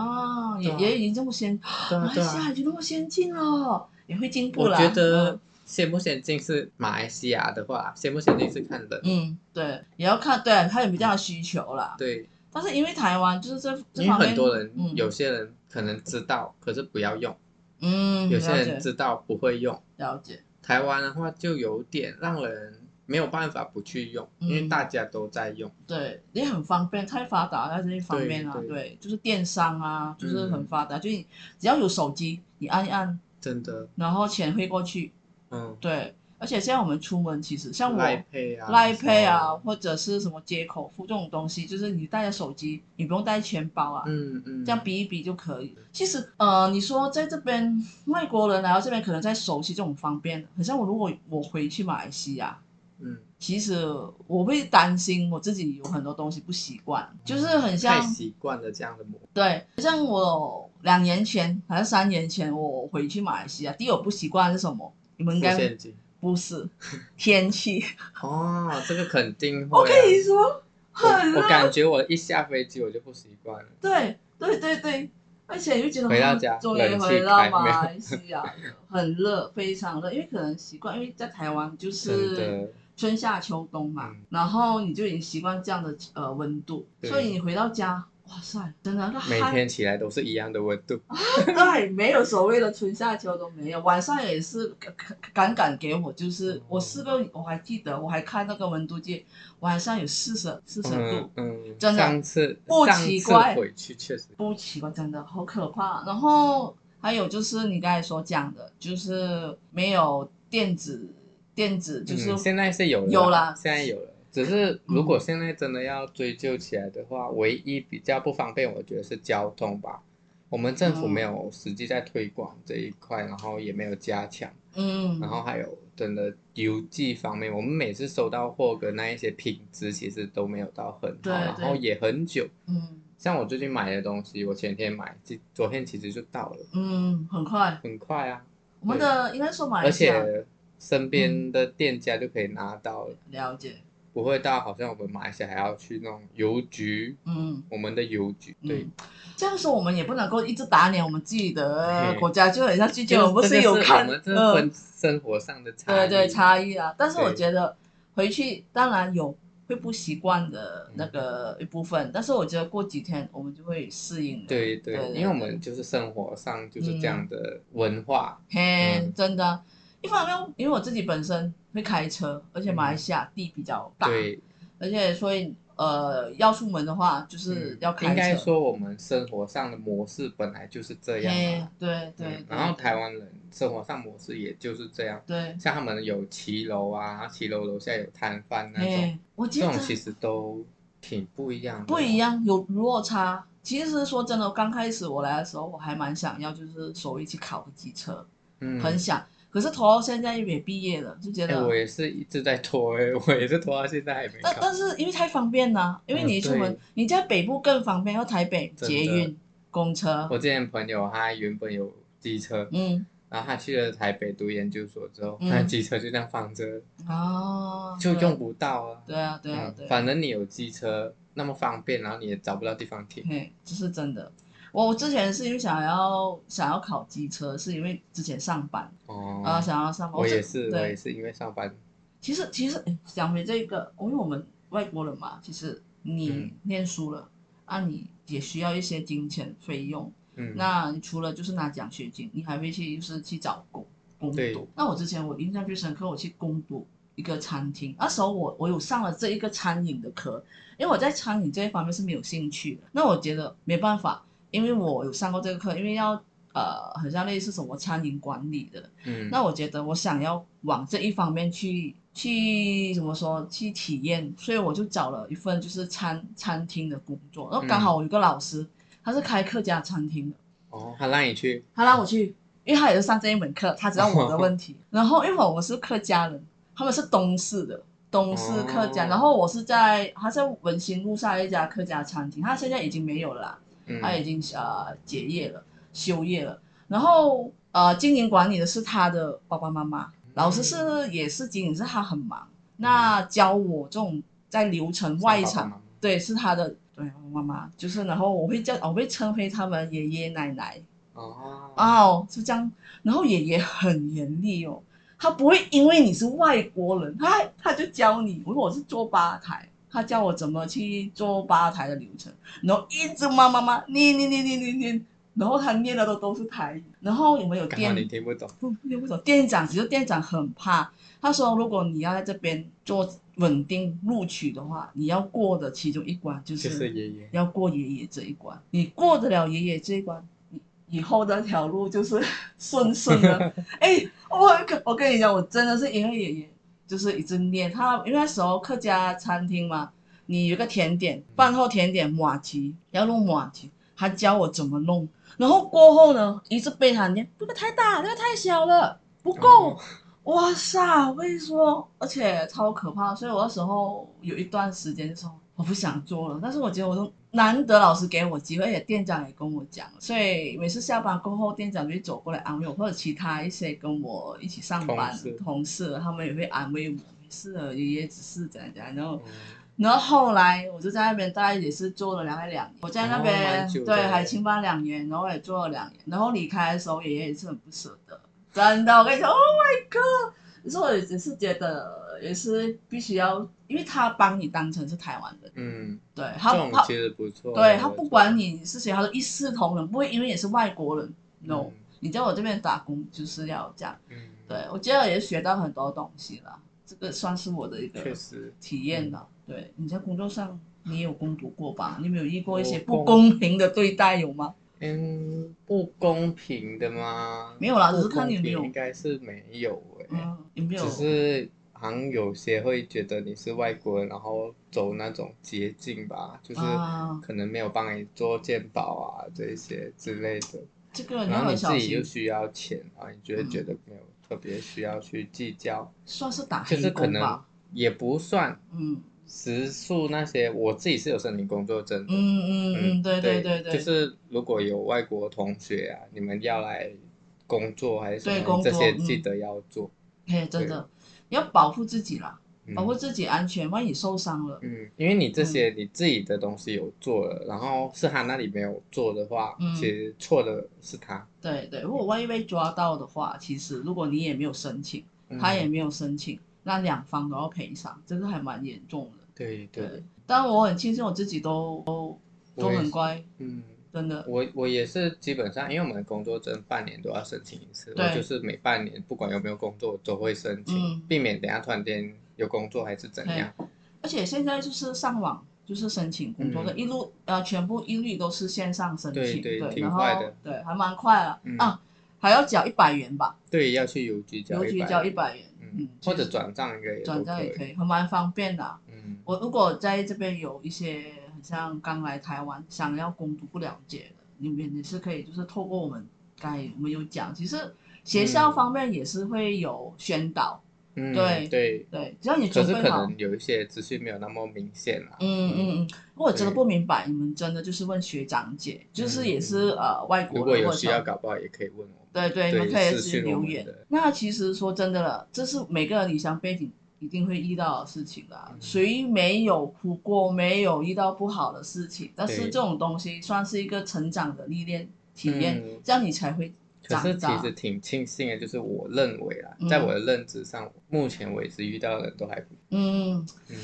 S1: 啊，也
S2: 对啊
S1: 也已经这么先，
S2: 对
S1: 马
S2: 啊
S1: 来
S2: 对
S1: 西亚
S2: 啊，
S1: 已经那么先进了，嗯也会进步
S2: 我
S1: 啦。
S2: 觉得先不先进是马来西亚的话，先不先进是看人。
S1: 嗯，嗯，对，也要看对他有没有这样的需求啦。
S2: 对，
S1: 但是因为台湾就是这这
S2: 因为
S1: 方面，
S2: 很多人、
S1: 嗯
S2: 有些人可能知道，可是不要用。
S1: 嗯，
S2: 有些
S1: 了
S2: 人
S1: 解
S2: 知道不会用。
S1: 了解，
S2: 台湾的话就有点让人没有办法不去用，因为
S1: 嗯
S2: 大家都在用。
S1: 对，也很方便，太发达在这一方面啊，
S2: 对对
S1: 对，就是电商啊，就是很
S2: 嗯
S1: 发达，就你只要有手机，你按一按，
S2: 真的，
S1: 然后钱汇过去，
S2: 嗯，
S1: 对，而且现在我们出门其实像我。
S2: 赖配啊，
S1: 赖配啊，
S2: 什么，
S1: 或者是什么接口付这种东西，就是你带着手机，你不用带钱包啊，
S2: 嗯嗯，
S1: 这样比一比就可以。其实呃，你说在这边外国人来到这边，可能在熟悉这种方便，很像我如果我回去马来西亚，
S2: 嗯，
S1: 其实我会担心我自己有很多东西不习惯，
S2: 嗯
S1: 就是很像
S2: 太习惯了这样的模
S1: 对，像我两年前还是三年前我回去马来西亚，第一我不习惯是什么？你们应
S2: 式
S1: 该
S2: 现金。
S1: 不是 天气，
S2: 哦，这个肯定会、啊。
S1: 我跟你说很啊
S2: 我我感觉我一下飞机我就不习惯了。
S1: 对对对对，而且就觉得
S2: 回到
S1: 嗯
S2: 家
S1: 终于
S2: 冷
S1: 回
S2: 气
S1: 到
S2: 开
S1: 马来西亚了，很热，非常热，因为可能习惯，因为在台湾就
S2: 真
S1: 是
S2: 的，
S1: 春夏秋冬嘛
S2: 嗯，
S1: 然后你就已经习惯这样的呃温度，
S2: 对
S1: 所以你回到家，哇塞，真的那个
S2: 每
S1: 汗
S2: 天起来都是一样的温度。
S1: 对，没有所谓的春夏秋冬没有，晚上也是敢敢敢给我，就是我四个，我还记得，我还看那个温度计，晚上有四十四十度
S2: 嗯，嗯，
S1: 真的
S2: 上次
S1: 不
S2: 上
S1: 奇
S2: 次
S1: 怪
S2: 回去确实，嗯
S1: 不奇怪，真的好可怕。然后还有就是你刚才所讲的，就是没有电子电子，就是、
S2: 嗯、现在是有了，
S1: 有啦
S2: 现在有了。只是如果现在真的要追究起来的话，唯一比较不方便，我觉得是交通吧。我们政府
S1: 嗯
S2: 没有实际在推广这一块，然后也没有加强。
S1: 嗯，
S2: 然后还有真的邮寄方面，我们每次收到货的那一些品质其实都没有到很好，
S1: 对
S2: 然
S1: 对
S2: 后也很久。
S1: 嗯
S2: 像我最近买的东西，我前天买，其昨天其实就到了，
S1: 嗯，很快，
S2: 很快啊！
S1: 我们的应该说马来
S2: 而
S1: 西亚
S2: 且身边的店家就可以拿到了，
S1: 了解，
S2: 不会到好像我们马来西亚还要去那种邮局，
S1: 嗯。
S2: 我们的邮局对
S1: 嗯，这样说我们也不能够一直打脸我们自己的
S2: 嘿
S1: 国家，就很像之前
S2: 就
S1: 我们不
S2: 这个
S1: 有
S2: 是
S1: 看，
S2: 我们这
S1: 呃
S2: 分生活上的差
S1: 对对
S2: 异
S1: 差异啊。但是我
S2: 对
S1: 觉得回去当然有会不习惯
S2: 嗯
S1: 的那个一部分，但是我觉得过几天我们就会适应了。
S2: 对对
S1: 对，
S2: 因为我们就是生活上就是这样的文化，
S1: 嘿，
S2: 嗯
S1: 真的，一方面因为我自己本身会开车，而且马来西亚地比较大，
S2: 嗯对，
S1: 而且所以呃要出门的话就是
S2: 嗯
S1: 要开车。
S2: 应该说我们生活上的模式本来就是这样
S1: 嘿
S2: 嘛，
S1: 对对
S2: 嗯
S1: 对，
S2: 然后台湾人生活上模式也就是这样，
S1: 对，
S2: 像他们有骑楼啊，然后骑楼楼下有摊贩那种，
S1: 嘿，我
S2: 这
S1: 觉
S2: 种
S1: 得
S2: 其实都挺不一样的，
S1: 不一，样，有落差。其实说真的，刚开始我来的时候，我还蛮想要，就是所谓去考个机车，
S2: 嗯，
S1: 很想。可是拖到现在也毕业了，就觉
S2: 哎、
S1: 得，
S2: 我也是一直在拖、哎，我也是拖到现在还没
S1: 但
S2: 考，
S1: 但是因为太方便了，因为你一出门，
S2: 嗯对
S1: 你在北部更方便，要台北
S2: 真的
S1: 捷运、公车，
S2: 我之前朋友他原本有机车，
S1: 嗯，
S2: 然后他去了台北读研究所之后，
S1: 嗯
S2: 他机车就这样放着，
S1: 哦，
S2: 就
S1: 对
S2: 用，不到啊，
S1: 对啊，对啊
S2: 嗯，
S1: 对啊，
S2: 反正你有机车那么方便，然后你也找不到地方停。
S1: 嘿，这是真的。我我之前是因为想要想要考机车，是因为之前上班，
S2: 哦，
S1: 然后想要上班，
S2: 我
S1: 啊是
S2: 也是，我
S1: 对
S2: 也是因为上班，
S1: 其实其实诶讲回这个，因为我们外国人嘛，其实你
S2: 嗯
S1: 念书了，啊，你也需要一些金钱费用。
S2: 嗯，
S1: 那你除了就是拿奖学金，你还会去就是去找工工
S2: 对
S1: 读。那我之前我印象最深刻，我去攻读一个餐厅，那时候我我有上了这一个餐饮的课，因为我在餐饮这一方面是没有兴趣的。那我觉得没办法，因为我有上过这个课，因为要呃，很像类似什么餐饮管理的，
S2: 嗯，
S1: 那我觉得我想要往这一方面去去怎么说去体验，所以我就找了一份就是餐餐厅的工作。然后刚
S2: 嗯
S1: 好我有个老师，他是开客家餐厅的，
S2: 哦，他让你去，
S1: 他让我去，因为他也是上这一门课，他知道我的问 题。然后因为我是客家人，他们是东市的。东市客家，
S2: 哦
S1: 然后我是在他在文心路上一家客家餐厅，他现在已经没有了啦，
S2: 嗯，
S1: 他已经呃结业了，休业了。然后呃，经营管理的是他的爸爸妈妈，老师是也是经营，是他很忙。那教我这种在流程外场，
S2: 上嗯爸爸妈妈
S1: 对，是他的对爸爸妈妈，就是然后我会叫，我会称呼他们爷爷奶奶
S2: 哦，
S1: 哦，就这样。然后爷爷很严厉哦，他不会因为你是外国人，他他就教你，如果我是做吧台。他教我怎么去做吧台的流程，然后一直骂妈妈，你你你你你你，然后他念的都都是台语，然后我们有
S2: 刚好
S1: 店
S2: 你听不懂，
S1: 不不懂店长，其实店长很怕。他说，如果你要在这边做稳定录取的话，你要过的其中一关就
S2: 就是
S1: 是
S2: 爷 爷。
S1: 要过爷爷这一关。你过得了爷爷这一关，你以后的条路就是 顺顺的。哎，我跟我跟你讲，我真的是因为爷爷就是一直念他，因为那时候客家餐厅嘛，你有一个甜点，饭后甜点马蹄，要弄马蹄，他教我怎么弄。然后过后呢，一直被他念，这个太大，那个太小了，不够。
S2: 哦
S1: 哇塞！我跟你说，而且超可怕，所以我那时候有一段时间就说我不想做了。但是我觉得我都难得老师给我机会，而且店长也跟我讲，所以每次下班过后，店长就会走过来安慰我，或者其他一些跟我一起上班
S2: 同事
S1: 同事，他们也会安慰我，没事的，爷爷只是怎样怎样。然后
S2: 嗯
S1: 然后后来我就在那边大概也是做了大概两年，我在那
S2: 哦
S1: 边、
S2: 蛮久的
S1: 对海青班两年，然后也做了两年，然后离开的时候爷爷也是很不舍得，真的，我跟你讲，Oh my god！可是我也是觉得也是必须要，因为他把你当成是台湾人，
S2: 嗯，
S1: 对他
S2: 这种
S1: 他
S2: 其实不错。
S1: 对
S2: 我
S1: 他不管你是谁，他都一视同仁，不会因为你是外国人，no，、
S2: 嗯
S1: 你在我这边打工就是要这样，
S2: 嗯，
S1: 对我觉得也学到很多东西了，这个算是我的一个
S2: 确实。嗯
S1: 体验的。对，你在工作上你也有攻读过吧？你没有遇过一些
S2: 我
S1: 不
S2: 攻
S1: 公平的对待有吗？
S2: 嗯，不公平的吗？
S1: 没有啦只是
S2: 不公
S1: 看你有没
S2: 平
S1: 有
S2: 应该是没有哎、
S1: 嗯，有没有
S2: 只？是好像有些会觉得你是外国人，然后走那种捷径吧，就是
S1: 啊
S2: 可能没有帮你做鉴宝啊这一些之类的，
S1: 这个你要
S2: 然后
S1: 很
S2: 你
S1: 小
S2: 自己
S1: 心
S2: 又，需要钱啊，你就会
S1: 嗯
S2: 觉得没有特别需要去计较，
S1: 算是打
S2: 就
S1: 黑
S2: 是可
S1: 啊工
S2: 能
S1: 吧？
S2: 也不算
S1: 嗯
S2: 时速那些，我自己是有申请工作证的。
S1: 嗯嗯嗯，对
S2: 对
S1: 对对，
S2: 就是如果有外国同学啊，你们要来工作还是什
S1: 对
S2: 么，
S1: 工
S2: 你这
S1: 作
S2: 些
S1: 嗯
S2: 记得要做。
S1: 嘿，真
S2: 对
S1: 的要保护自己啦，
S2: 嗯
S1: 保护自己安全，万一受伤了，
S2: 嗯，因为你这些你自己的东西有做了，然后是他那里没有做的话，
S1: 嗯
S2: 其实错的是他，
S1: 对对，如果万一被抓到的话，其实如果你也没有申请，
S2: 嗯
S1: 他也没有申请，那两方都要赔偿，真的还蛮严重的。
S2: 对对
S1: 对，，但我很庆幸我自己都都
S2: 我
S1: 都
S2: 也
S1: 很
S2: 是
S1: 乖，
S2: 嗯。
S1: 真的。
S2: 我我也是基本上，因为我们的工作证半年都要申请一次，
S1: 对
S2: 我就是每半年不管有没有工作我都会申请，
S1: 嗯
S2: 避免等下突然间有工作还是怎样。
S1: 而且现在就是上网，就是申请工作的，
S2: 嗯
S1: 一路呃全部一律都是线上申
S2: 对
S1: 请，
S2: 对挺
S1: 然后
S2: 快的
S1: 对还蛮快啊、
S2: 嗯
S1: 啊，还要缴一百元吧，
S2: 对，要去邮局交
S1: 邮局
S2: 100
S1: 交一百元，
S2: 嗯
S1: 嗯，，
S2: 或者转账应该也
S1: 转
S2: 都
S1: 账也
S2: 可
S1: 可
S2: 以。
S1: 以，还蛮方便的啊、
S2: 嗯，
S1: 我如果在这边有一些很像刚来台湾想要攻读不了解的，你们也是可以，就是透过我们刚才我们有讲，其实学校
S2: 嗯
S1: 方面也是会有宣导，
S2: 嗯
S1: 对
S2: 对。
S1: 对，只要你
S2: 可
S1: 准
S2: 是
S1: 备
S2: 可
S1: 好。
S2: 能有一些资讯没有那么明显啦。
S1: 嗯嗯嗯，我真的不明白，你们真的就是问学长姐，就是也是呃外
S2: 嗯如
S1: 国
S2: 果
S1: 人
S2: 有
S1: 或者
S2: 需
S1: 什
S2: 要，
S1: 么
S2: 搞不好也可以问我们。
S1: 对对，你们
S2: 对
S1: 可以
S2: 私
S1: 去
S2: 讯我
S1: 留
S2: 们
S1: 言
S2: 的。
S1: 那其实说真的了，这是每个人理想背景一定会遇到的事情啦
S2: 嗯。
S1: 谁没有哭过，没有遇到不好的事情？但是
S2: 对
S1: 这种东西算是一个成长的历练体验
S2: 嗯，
S1: 这样你才会
S2: 可
S1: 长
S2: 是其
S1: 大
S2: 实。挺庆幸的，就是我认为啦，
S1: 嗯
S2: 在我的认知上，目前为止遇到的人都还不
S1: 嗯，
S2: 嗯，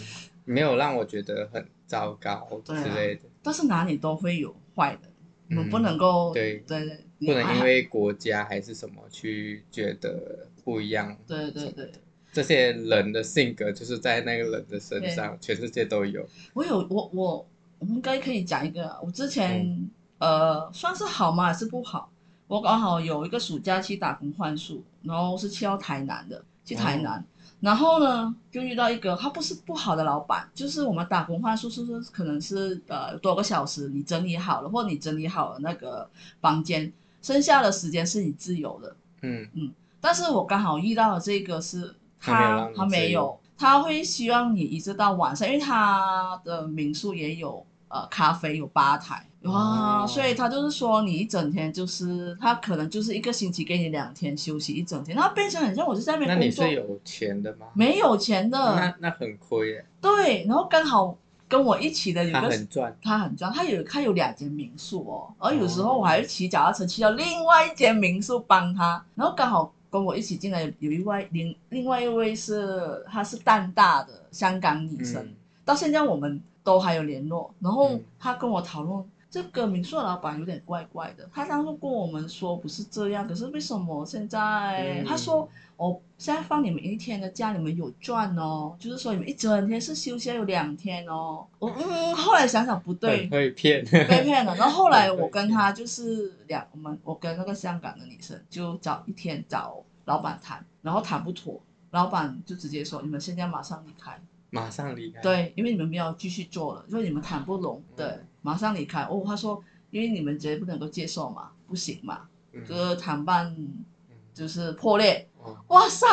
S2: 没有让我觉得很糟糕之
S1: 对啊
S2: 类的。
S1: 但是哪里都会有坏的，我们
S2: 嗯
S1: 不能够
S2: 对
S1: 对对，你
S2: 不能
S1: 还
S2: 因为国家还是什么去觉得不一样，
S1: 对对对。
S2: 这些人的性格就是在那个人的身上，全世界都有。
S1: 我有我我我们应该可以讲一个，我之前、呃算是好吗还是不好？我刚好有一个暑假去打工换宿，然后是去到台南的，去台南，然后呢就遇到一个他不是不好的老板，就是我们打工换宿是不是可能是呃多个小时你整理好了，或你整理好了那个房间，剩下的时间是你自由的。
S2: 嗯，
S1: 但是我刚好遇到的这个是
S2: 他没有让
S1: 他
S2: 你，
S1: 他没
S2: 自
S1: 有
S2: 由，
S1: 他会希望你一直到晚上，因为他的民宿也有呃咖啡有吧台哇，
S2: 哦
S1: 所以他就是说你一整天就是他可能就是一个星期给你两天休息一整天，那变成很像我就在那
S2: 那
S1: 边
S2: 你
S1: 工作
S2: 是有钱的吗？
S1: 没有钱的，
S2: 那那很亏耶，
S1: 对，然后刚好跟我一起的有
S2: 他
S1: 个
S2: 很赚。
S1: 他很赚，他有他有两间民宿哦，而有时候
S2: 哦
S1: 我还会骑脚踏车去到另外一间民宿帮他，然后刚好跟我一起进来有一位另另外一位是他是淡大的香港女生，
S2: 嗯
S1: 到现在我们都还有联络，然后
S2: 嗯
S1: 他跟我讨论。这个民宿的老板有点怪怪的，他当初跟我们说不是这样，可是为什么现在、
S2: 嗯
S1: 他说我、哦、现在放你们一天的假，你们有赚哦，就是说你们一整天是休息有两天哦。我嗯，后来想想不对
S2: 很，会骗，
S1: 被骗了。然后后来
S2: 对对
S1: 我跟他就是两，我们我跟那个香港的女生就找一天找老板谈，然后谈不妥，老板就直接说你们现在马上离开，
S2: 马上离开。，
S1: 对，因为你们没有继续做了，因为你们谈不拢，对，马上离开。哦，他说因为你们觉得不能够接受嘛，不行嘛，
S2: 嗯
S1: 这个谈判
S2: 嗯
S1: 就是破裂。
S2: 哦
S1: 哇塞，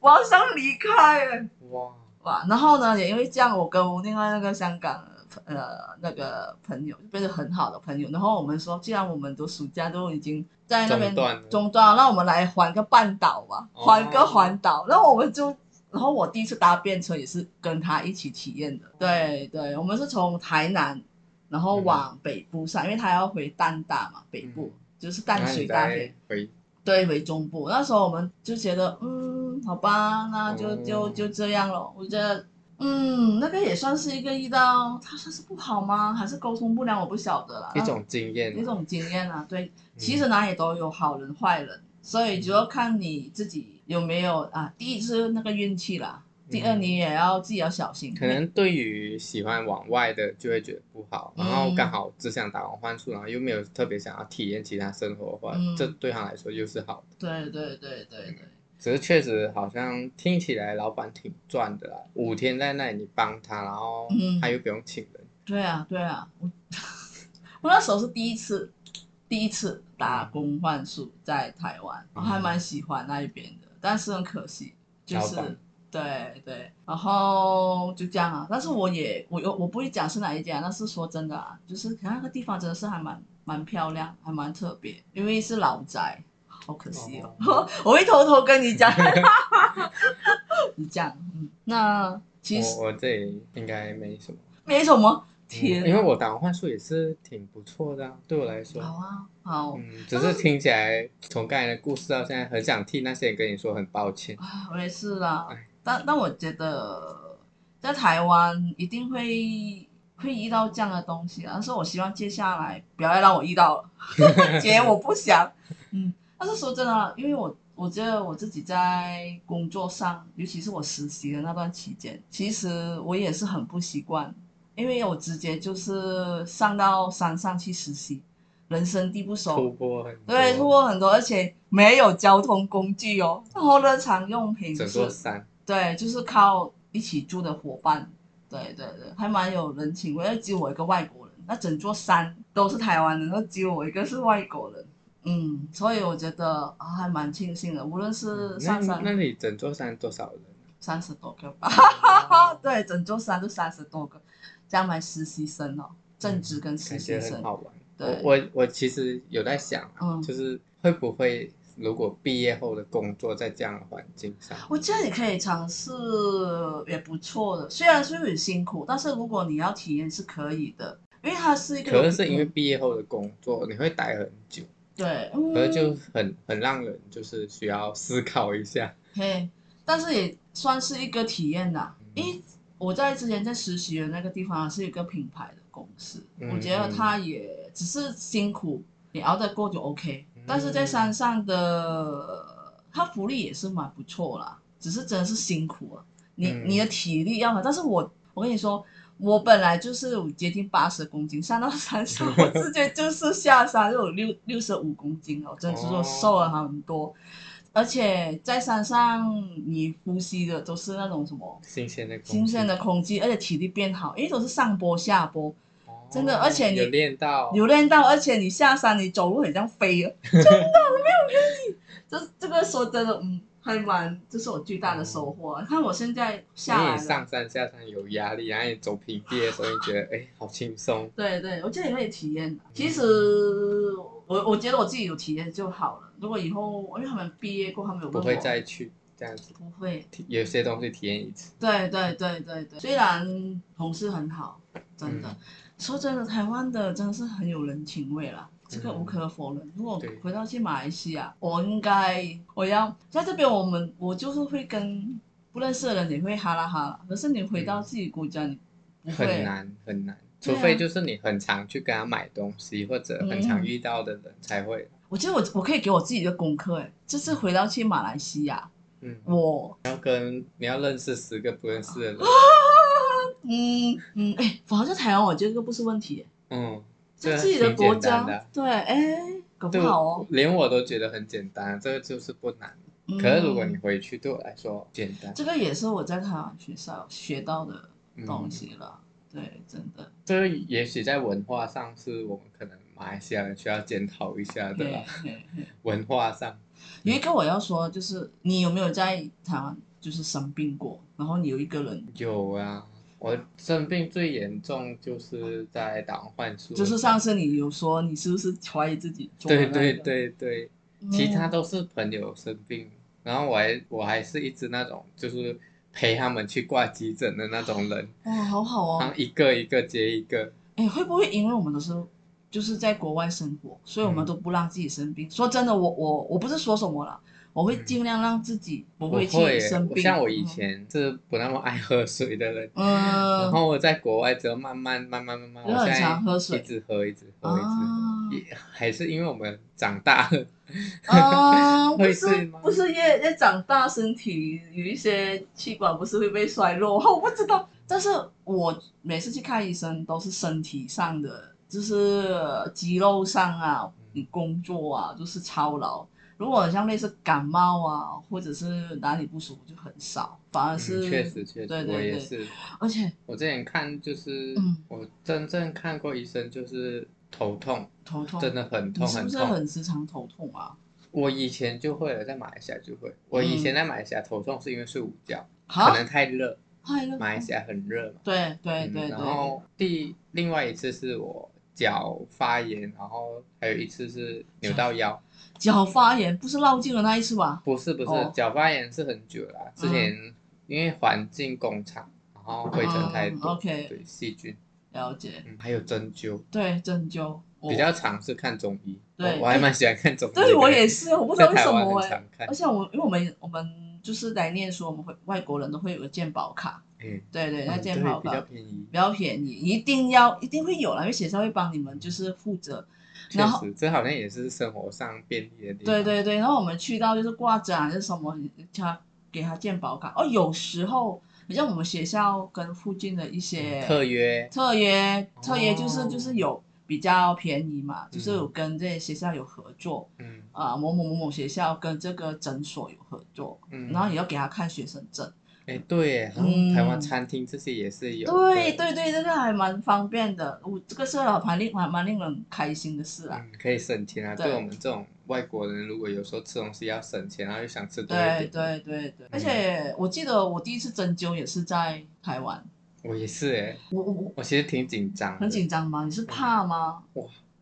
S1: 马上离开耶
S2: 哇，
S1: 哇，然后呢，也因为这样，我跟我另外那个香港呃那个朋友就变成很好的朋友。然后我们说，既然我们都暑假都已经在那边
S2: 中断了
S1: 中断了，那我们来环个半岛吧，
S2: 哦
S1: 环个环岛。然后我们就，然后我第一次搭便车也是跟他一起体验的。对对，我们是从台南，然后
S2: 嗯
S1: 往北部上，因为他要回丹大嘛，北部、就是淡
S2: 然后
S1: 水
S2: 嗯你
S1: 大学
S2: 再。回
S1: 对为中部。那时候我们就觉得，嗯，好吧，那就就
S2: 哦
S1: 就这样咯。我觉得，嗯，那个也算是一个遇到，他算是不好吗？还是沟通不良？我不晓得啦。
S2: 一种经
S1: 啊
S2: 验，
S1: 一种经验啊，对，
S2: 嗯
S1: 其实哪里都有好人坏人，所以就要看你自己有没有啊。第一是那个运气啦，第二
S2: 嗯
S1: 你也要自己要小心。
S2: 可能对于喜欢往外的就会觉得不好，
S1: 嗯
S2: 然后刚好只想打工换宿，然后又没有特别想要体验其他生活的话，
S1: 嗯
S2: 这对他来说又是好的。
S1: 对对对对对，
S2: 只是确实好像听起来老板挺赚的啦，五天在那里你帮他，然后
S1: 嗯
S2: 他又不用请人，
S1: 对啊，对啊，我我那时候是第一次，第一次打工换宿在台湾，我还蛮喜欢那一边的，但是很可惜，就
S2: 老板
S1: 是对对，然后就这样啊。但是我也我有我不会讲是哪一家，但是说真的啊，就是那个地方真的是还蛮蛮漂亮，还蛮特别，因为是老宅。好可惜哦， 我会偷偷跟你讲， 你讲，嗯，那其实
S2: 我我这里应该没什么。
S1: 没什么，天
S2: 嗯
S1: 啊，
S2: 因为我打工换宿也是挺不错的、啊，对我来说。
S1: 好啊，好，
S2: 嗯，只
S1: 哦
S2: 是听起来从刚才的故事到现在，很想替那些人跟你说很抱歉。
S1: 啊，我也是啦
S2: 哎。
S1: 但但我觉得在台湾一定会会遇到这样的东西啊，但是我希望接下来不要再让我遇到了， 姐，我不想。嗯，但是说真的啊，因为我我觉得我自己在工作上，尤其是我实习的那段期间，其实我也是很不习惯，因为我直接就是上到山上去实习，人生地不熟，
S2: 突破很多，
S1: 对，出过很多，而且没有交通工具哦。然后日常用品
S2: 整座
S1: 是，
S2: 山，
S1: 对，就是靠一起住的伙伴，对对对，还蛮有人情味。就只有我一个外国人，那整座山都是台湾人，那只有我一个是外国人。嗯，所以我觉得啊，还蛮庆幸的，无论是
S2: 嗯那
S1: 上
S2: 那
S1: 山
S2: 里整座山多少人？
S1: 三十多个吧，
S2: 哦
S1: 对，整座山就三十多个，加埋实习生哦，正职跟实
S2: 感
S1: 习
S2: 觉
S1: 生
S2: 很，好玩。
S1: 对
S2: 我我我其实有在想啊、
S1: 嗯
S2: 就是会不会如果毕业后的工作在这样的环境上，
S1: 我觉得你可以尝试，也不错的。虽然说很辛苦，但是如果你要体验是可以的，因为它是一个有。
S2: 可能是因为
S1: 嗯
S2: 毕业后的工作你会待很久，
S1: 对，嗯
S2: 可是就很很让人就是需要思考一下。
S1: 嘿，但是也算是一个体验啦。
S2: 嗯
S1: 因为我在之前在实习的那个地方是一个品牌的公司，
S2: 嗯
S1: 我觉得它也只是辛苦，你熬得过就 OK
S2: 嗯。
S1: 但是在山上的，它福利也是蛮不错啦，只是真的是辛苦啊。你
S2: 嗯
S1: 你的体力要好，但是我我跟你说，我本来就是接近八十公斤，上到山上我 直接就是下山就有六六十五公斤了，我真的是说瘦
S2: 哦
S1: 了很多。而且在山上，你呼吸的都是那种什么
S2: 新鲜的空气，
S1: 新鲜的空气，而且体力变好，因为都是上坡下坡，
S2: 哦，
S1: 真的而且你
S2: 有练到，
S1: 留恋到，而且你下山你走路很像飞 了，真的，我没有骗你。这这个说真的，嗯，还蛮，这是我最大的收获啊。你看我现在下来
S2: 你也
S1: 了，
S2: 上山下山有压力，然后你走平地的时候，你觉得哎、好轻松。
S1: 对对，我觉得你可以体验的。其实我我觉得我自己有体验就好了。如果以后因为他们毕业过，他们有问
S2: 不
S1: 我
S2: 会再去这样子，
S1: 不会，
S2: 体有些东西体验一次。
S1: 对对对对对，虽然同事很好，真的、
S2: 嗯
S1: 说真的，台湾的真的是很有人情味啦，这个
S2: 嗯
S1: 无可否认。如果
S2: 对
S1: 回到去马来西亚，我应该我要在这边，我们我就是会跟不认识的人也会哈拉哈拉，可是你回到
S2: 嗯
S1: 自己国家，你不
S2: 很
S1: 会，
S2: 难很难，除
S1: 啊
S2: 非就是你很常去跟他买东西，或者
S1: 嗯
S2: 很常遇到的人才会。
S1: 我觉得我我可以给我自己的功课，哎，这次回到去马来西亚，
S2: 嗯，
S1: 我
S2: 你要跟你要认识十个不认识
S1: 哦
S2: 的人，
S1: 嗯嗯，哎，反而在台湾，我觉得这个不是问题，
S2: 嗯，
S1: 在
S2: 这
S1: 自己的
S2: 挺
S1: 国
S2: 简单
S1: 家，
S2: 的啊
S1: 对，哎，搞不
S2: 对
S1: 好哦。，
S2: 连我都觉得很简单，这个就是不难。
S1: 嗯
S2: 可是如果你回去，对我来说简单。
S1: 这个也是我在台湾学校学到的东
S2: 嗯，
S1: 西了，对，真的，
S2: 这也许在文化上是我们可能马来西亚人需要检讨一下的啦嗯
S1: 嘿。嘿嘿
S2: 文化上，
S1: 有一个我要说，就是你有没有在台湾就是生病过？然后你有一个人
S2: 有啊，我生病最严重就是在打幻术，
S1: 就是上次你有说你是不是怀疑自己做的
S2: 对
S1: 那
S2: 对
S1: 个，
S2: 对对，
S1: 嗯
S2: 其他都是朋友生病，然后我还我还是一直那种就是陪他们去挂急诊的那种人，
S1: 哇、好好
S2: 然后
S1: 哦，
S2: 一个一个接一个，
S1: 哎，会不会因为我们都是就是在国外生活，所以我们
S2: 嗯
S1: 都不让自己生病？说真的，我我我不是说什么啦，我会
S2: 嗯
S1: 尽量让自己不
S2: 我会
S1: 去
S2: 耶
S1: 生
S2: 我
S1: 病。
S2: 像我以前是不那么爱喝水的人，
S1: 嗯，
S2: 然后我在国外只有慢慢慢慢慢慢，
S1: 就
S2: 我
S1: 很
S2: 现
S1: 常喝
S2: 在
S1: 水
S2: 一直喝一直喝一直喝，
S1: 啊。
S2: 也还是因为我们长大了，
S1: 啊，不
S2: 会
S1: 是
S2: 睡吗
S1: 不是越越长大，身体有一些器官不是会被衰弱，我不知道。但是我每次去看医生都是身体上的，就是肌肉上啊，你工作啊，就是操劳。如果像类似感冒啊，或者是哪里不舒服，就很少，反而
S2: 嗯，
S1: 啊是、
S2: 确实确实
S1: 对，
S2: 我
S1: 对
S2: 也
S1: 对，
S2: 是。
S1: 而且
S2: 我之前看就是，
S1: 嗯
S2: 我真正看过医生就是头痛，
S1: 头痛，
S2: 真的很
S1: 哦你
S2: 痛
S1: 是
S2: 很
S1: 不是
S2: 痛。
S1: 很时常头痛啊？
S2: 我以前就会了，在马来西亚就会。我以
S1: 嗯
S2: 前在马来西亚头痛是因为睡午觉，
S1: 好
S2: 可，能太热，
S1: 快乐，
S2: 马来西亚很热嘛。
S1: 对啊对
S2: 嗯
S1: 对对，
S2: 然后第另外一次是我脚发炎，然后还有一次是扭到腰，
S1: 脚发炎不是绕颈的那一次吧？
S2: 不是不是，
S1: 哦嗯
S2: 脚发炎是很久啦，之前因为环境工厂，然后灰尘太
S1: 嗯
S2: 多，
S1: ，OK
S2: 对细菌，
S1: 了解，
S2: 嗯，还有针灸。
S1: 对针灸，我
S2: 比较常是看中医，
S1: 对哎
S2: 我我还蛮喜欢看中医的。
S1: 对我也是，我不知道为
S2: 在
S1: 什
S2: 台湾
S1: 么
S2: 很
S1: 哎、
S2: 常看
S1: 而，且我因为我们我们就是来念书，我们会外国人都会有个健保卡，
S2: 嗯，
S1: 对对，
S2: 嗯
S1: 那健保
S2: 对比
S1: 卡
S2: 较
S1: 比
S2: 便宜，
S1: 较便宜，一定要一定会有啦，因为学校会帮你们就是负责，
S2: 确
S1: 然后
S2: 实，这好像也是生活上便利的地
S1: 对
S2: 方。
S1: 对对，然后我们去到就是挂展还是什么，他给他健保卡，哦，有时候好像我们学校跟附近的一些
S2: 嗯特约，
S1: 特约，特约就是
S2: 哦
S1: 就是有比较便宜嘛，就是
S2: 嗯
S1: 有跟这些学校有合作，
S2: 嗯
S1: 啊、某某某某学校跟这个诊所有合作，
S2: 嗯，
S1: 然后也要给他看学生证。
S2: 哎，对耶，好
S1: 嗯
S2: 像台湾餐厅这些也是有的，
S1: 对对对，这个还蛮方便的，我这个是老蛮令蛮蛮令人开心的事啊。
S2: 嗯，可以省钱啊。
S1: 对
S2: 对我们这种外国人，如果有时候吃东西要省钱，然后又想吃多
S1: 对
S2: 一点，
S1: 对对
S2: 嗯
S1: 对，而且我记得我第一次针灸也是在台湾，
S2: 我也是哎，
S1: 我我我
S2: 我其实挺紧张，
S1: 很紧，张吗？你
S2: 嗯
S1: 是怕吗？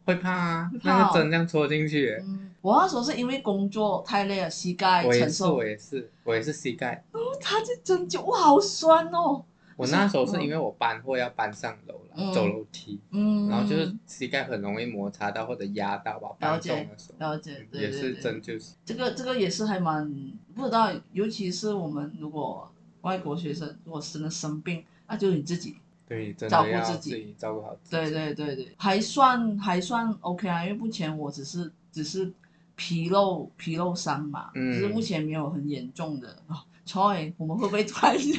S2: 会怕啊
S1: 会，怕
S2: 那
S1: 哦
S2: 个针这样戳进去耶，
S1: 嗯，我那时候是因为工作太嗯累了，膝盖
S2: 我也
S1: 承
S2: 是，
S1: 受哦
S2: 我也是，我也是膝盖。
S1: 他就针灸，哇，好酸哦。
S2: 我那时候是因为我搬货要搬上楼了，
S1: 嗯
S2: 走楼梯，
S1: 嗯，
S2: 然后就是膝盖很容易摩擦到或者压到吧，搬重的时候。
S1: 了解，对
S2: 也
S1: 对
S2: 是
S1: 对
S2: 针就是
S1: 这个这个也是还蛮不知道，尤其是我们如果外国学生如果真的生病，那就是你自己。
S2: 对，真
S1: 照顾
S2: 的要
S1: 自己
S2: 己照顾好自己。
S1: 对对对对，还算还算 OK 啊，因为目前我只是只是皮肉皮肉伤嘛，
S2: 嗯
S1: 只是目前没有很严重的。哦 Troy，我们会不会 突然
S2: 拍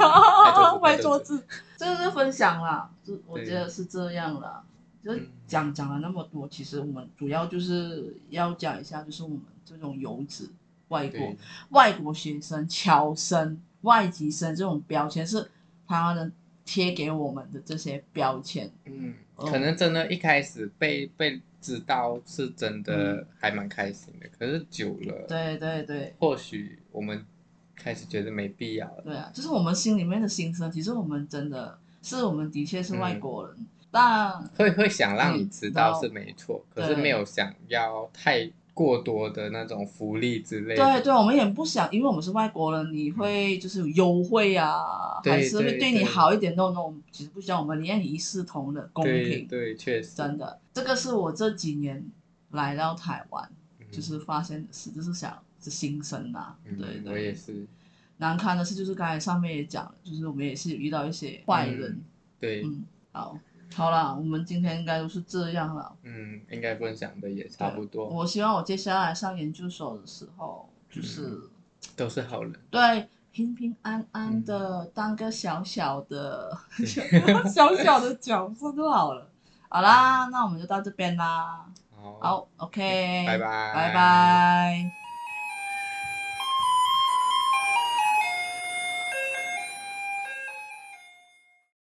S1: 拍
S2: 桌
S1: 桌
S2: 子
S1: 子？这就是分享啦，就我
S2: 对
S1: 觉得是这样啦。就是
S2: 嗯
S1: 讲讲了那么多，其实我们主要就是要讲一下，就是我们这种游子外国
S2: 对，
S1: 外国学生、侨生、外籍生这种标签是台湾人贴给我们的这些标签。
S2: 嗯，
S1: 哦
S2: 可能真的一开始被被知道是真的还蛮开心的，可是久了，，
S1: 嗯对对对
S2: 或许我们开始觉得没必要了。
S1: 对啊，就是我们心里面的心声。其实我们真的是我们的确是外国
S2: 嗯
S1: 人，但
S2: 会会想让你知
S1: 嗯然
S2: 道
S1: 后
S2: 是没错，可是没有想要太过多的那种福利之类
S1: 对
S2: 的。
S1: 对，我们也不想，因为我们是外国人，你会就是有优惠啊，
S2: 对
S1: 还是会
S2: 嗯对
S1: 对你
S2: 对
S1: 好一点那种，其实不需要我们让你一视同仁、公
S2: 对
S1: 平。
S2: 对，确实，
S1: 真的，这个是我这几年来到台湾，
S2: 嗯
S1: 就是发现的事，就是想是心声呐、
S2: 嗯
S1: 对对，
S2: 我也是，
S1: 难堪的事就是刚才上面也讲了，就是我们也是有遇到一些坏人，
S2: 嗯对，
S1: 嗯，好，好啦，我们今天应该都是这样了。
S2: 嗯，应该分享的也差不多，
S1: 我希望我接下来上研究所的时候，
S2: 嗯
S1: 就是、
S2: 都是好人。
S1: 对平平安安
S2: 嗯
S1: 的当个小小的、 小小的角色就好了。好
S2: 哦
S1: 啦，那我们就到这边啦。
S2: 好，
S1: 好，OK，
S2: 拜拜，
S1: 拜拜。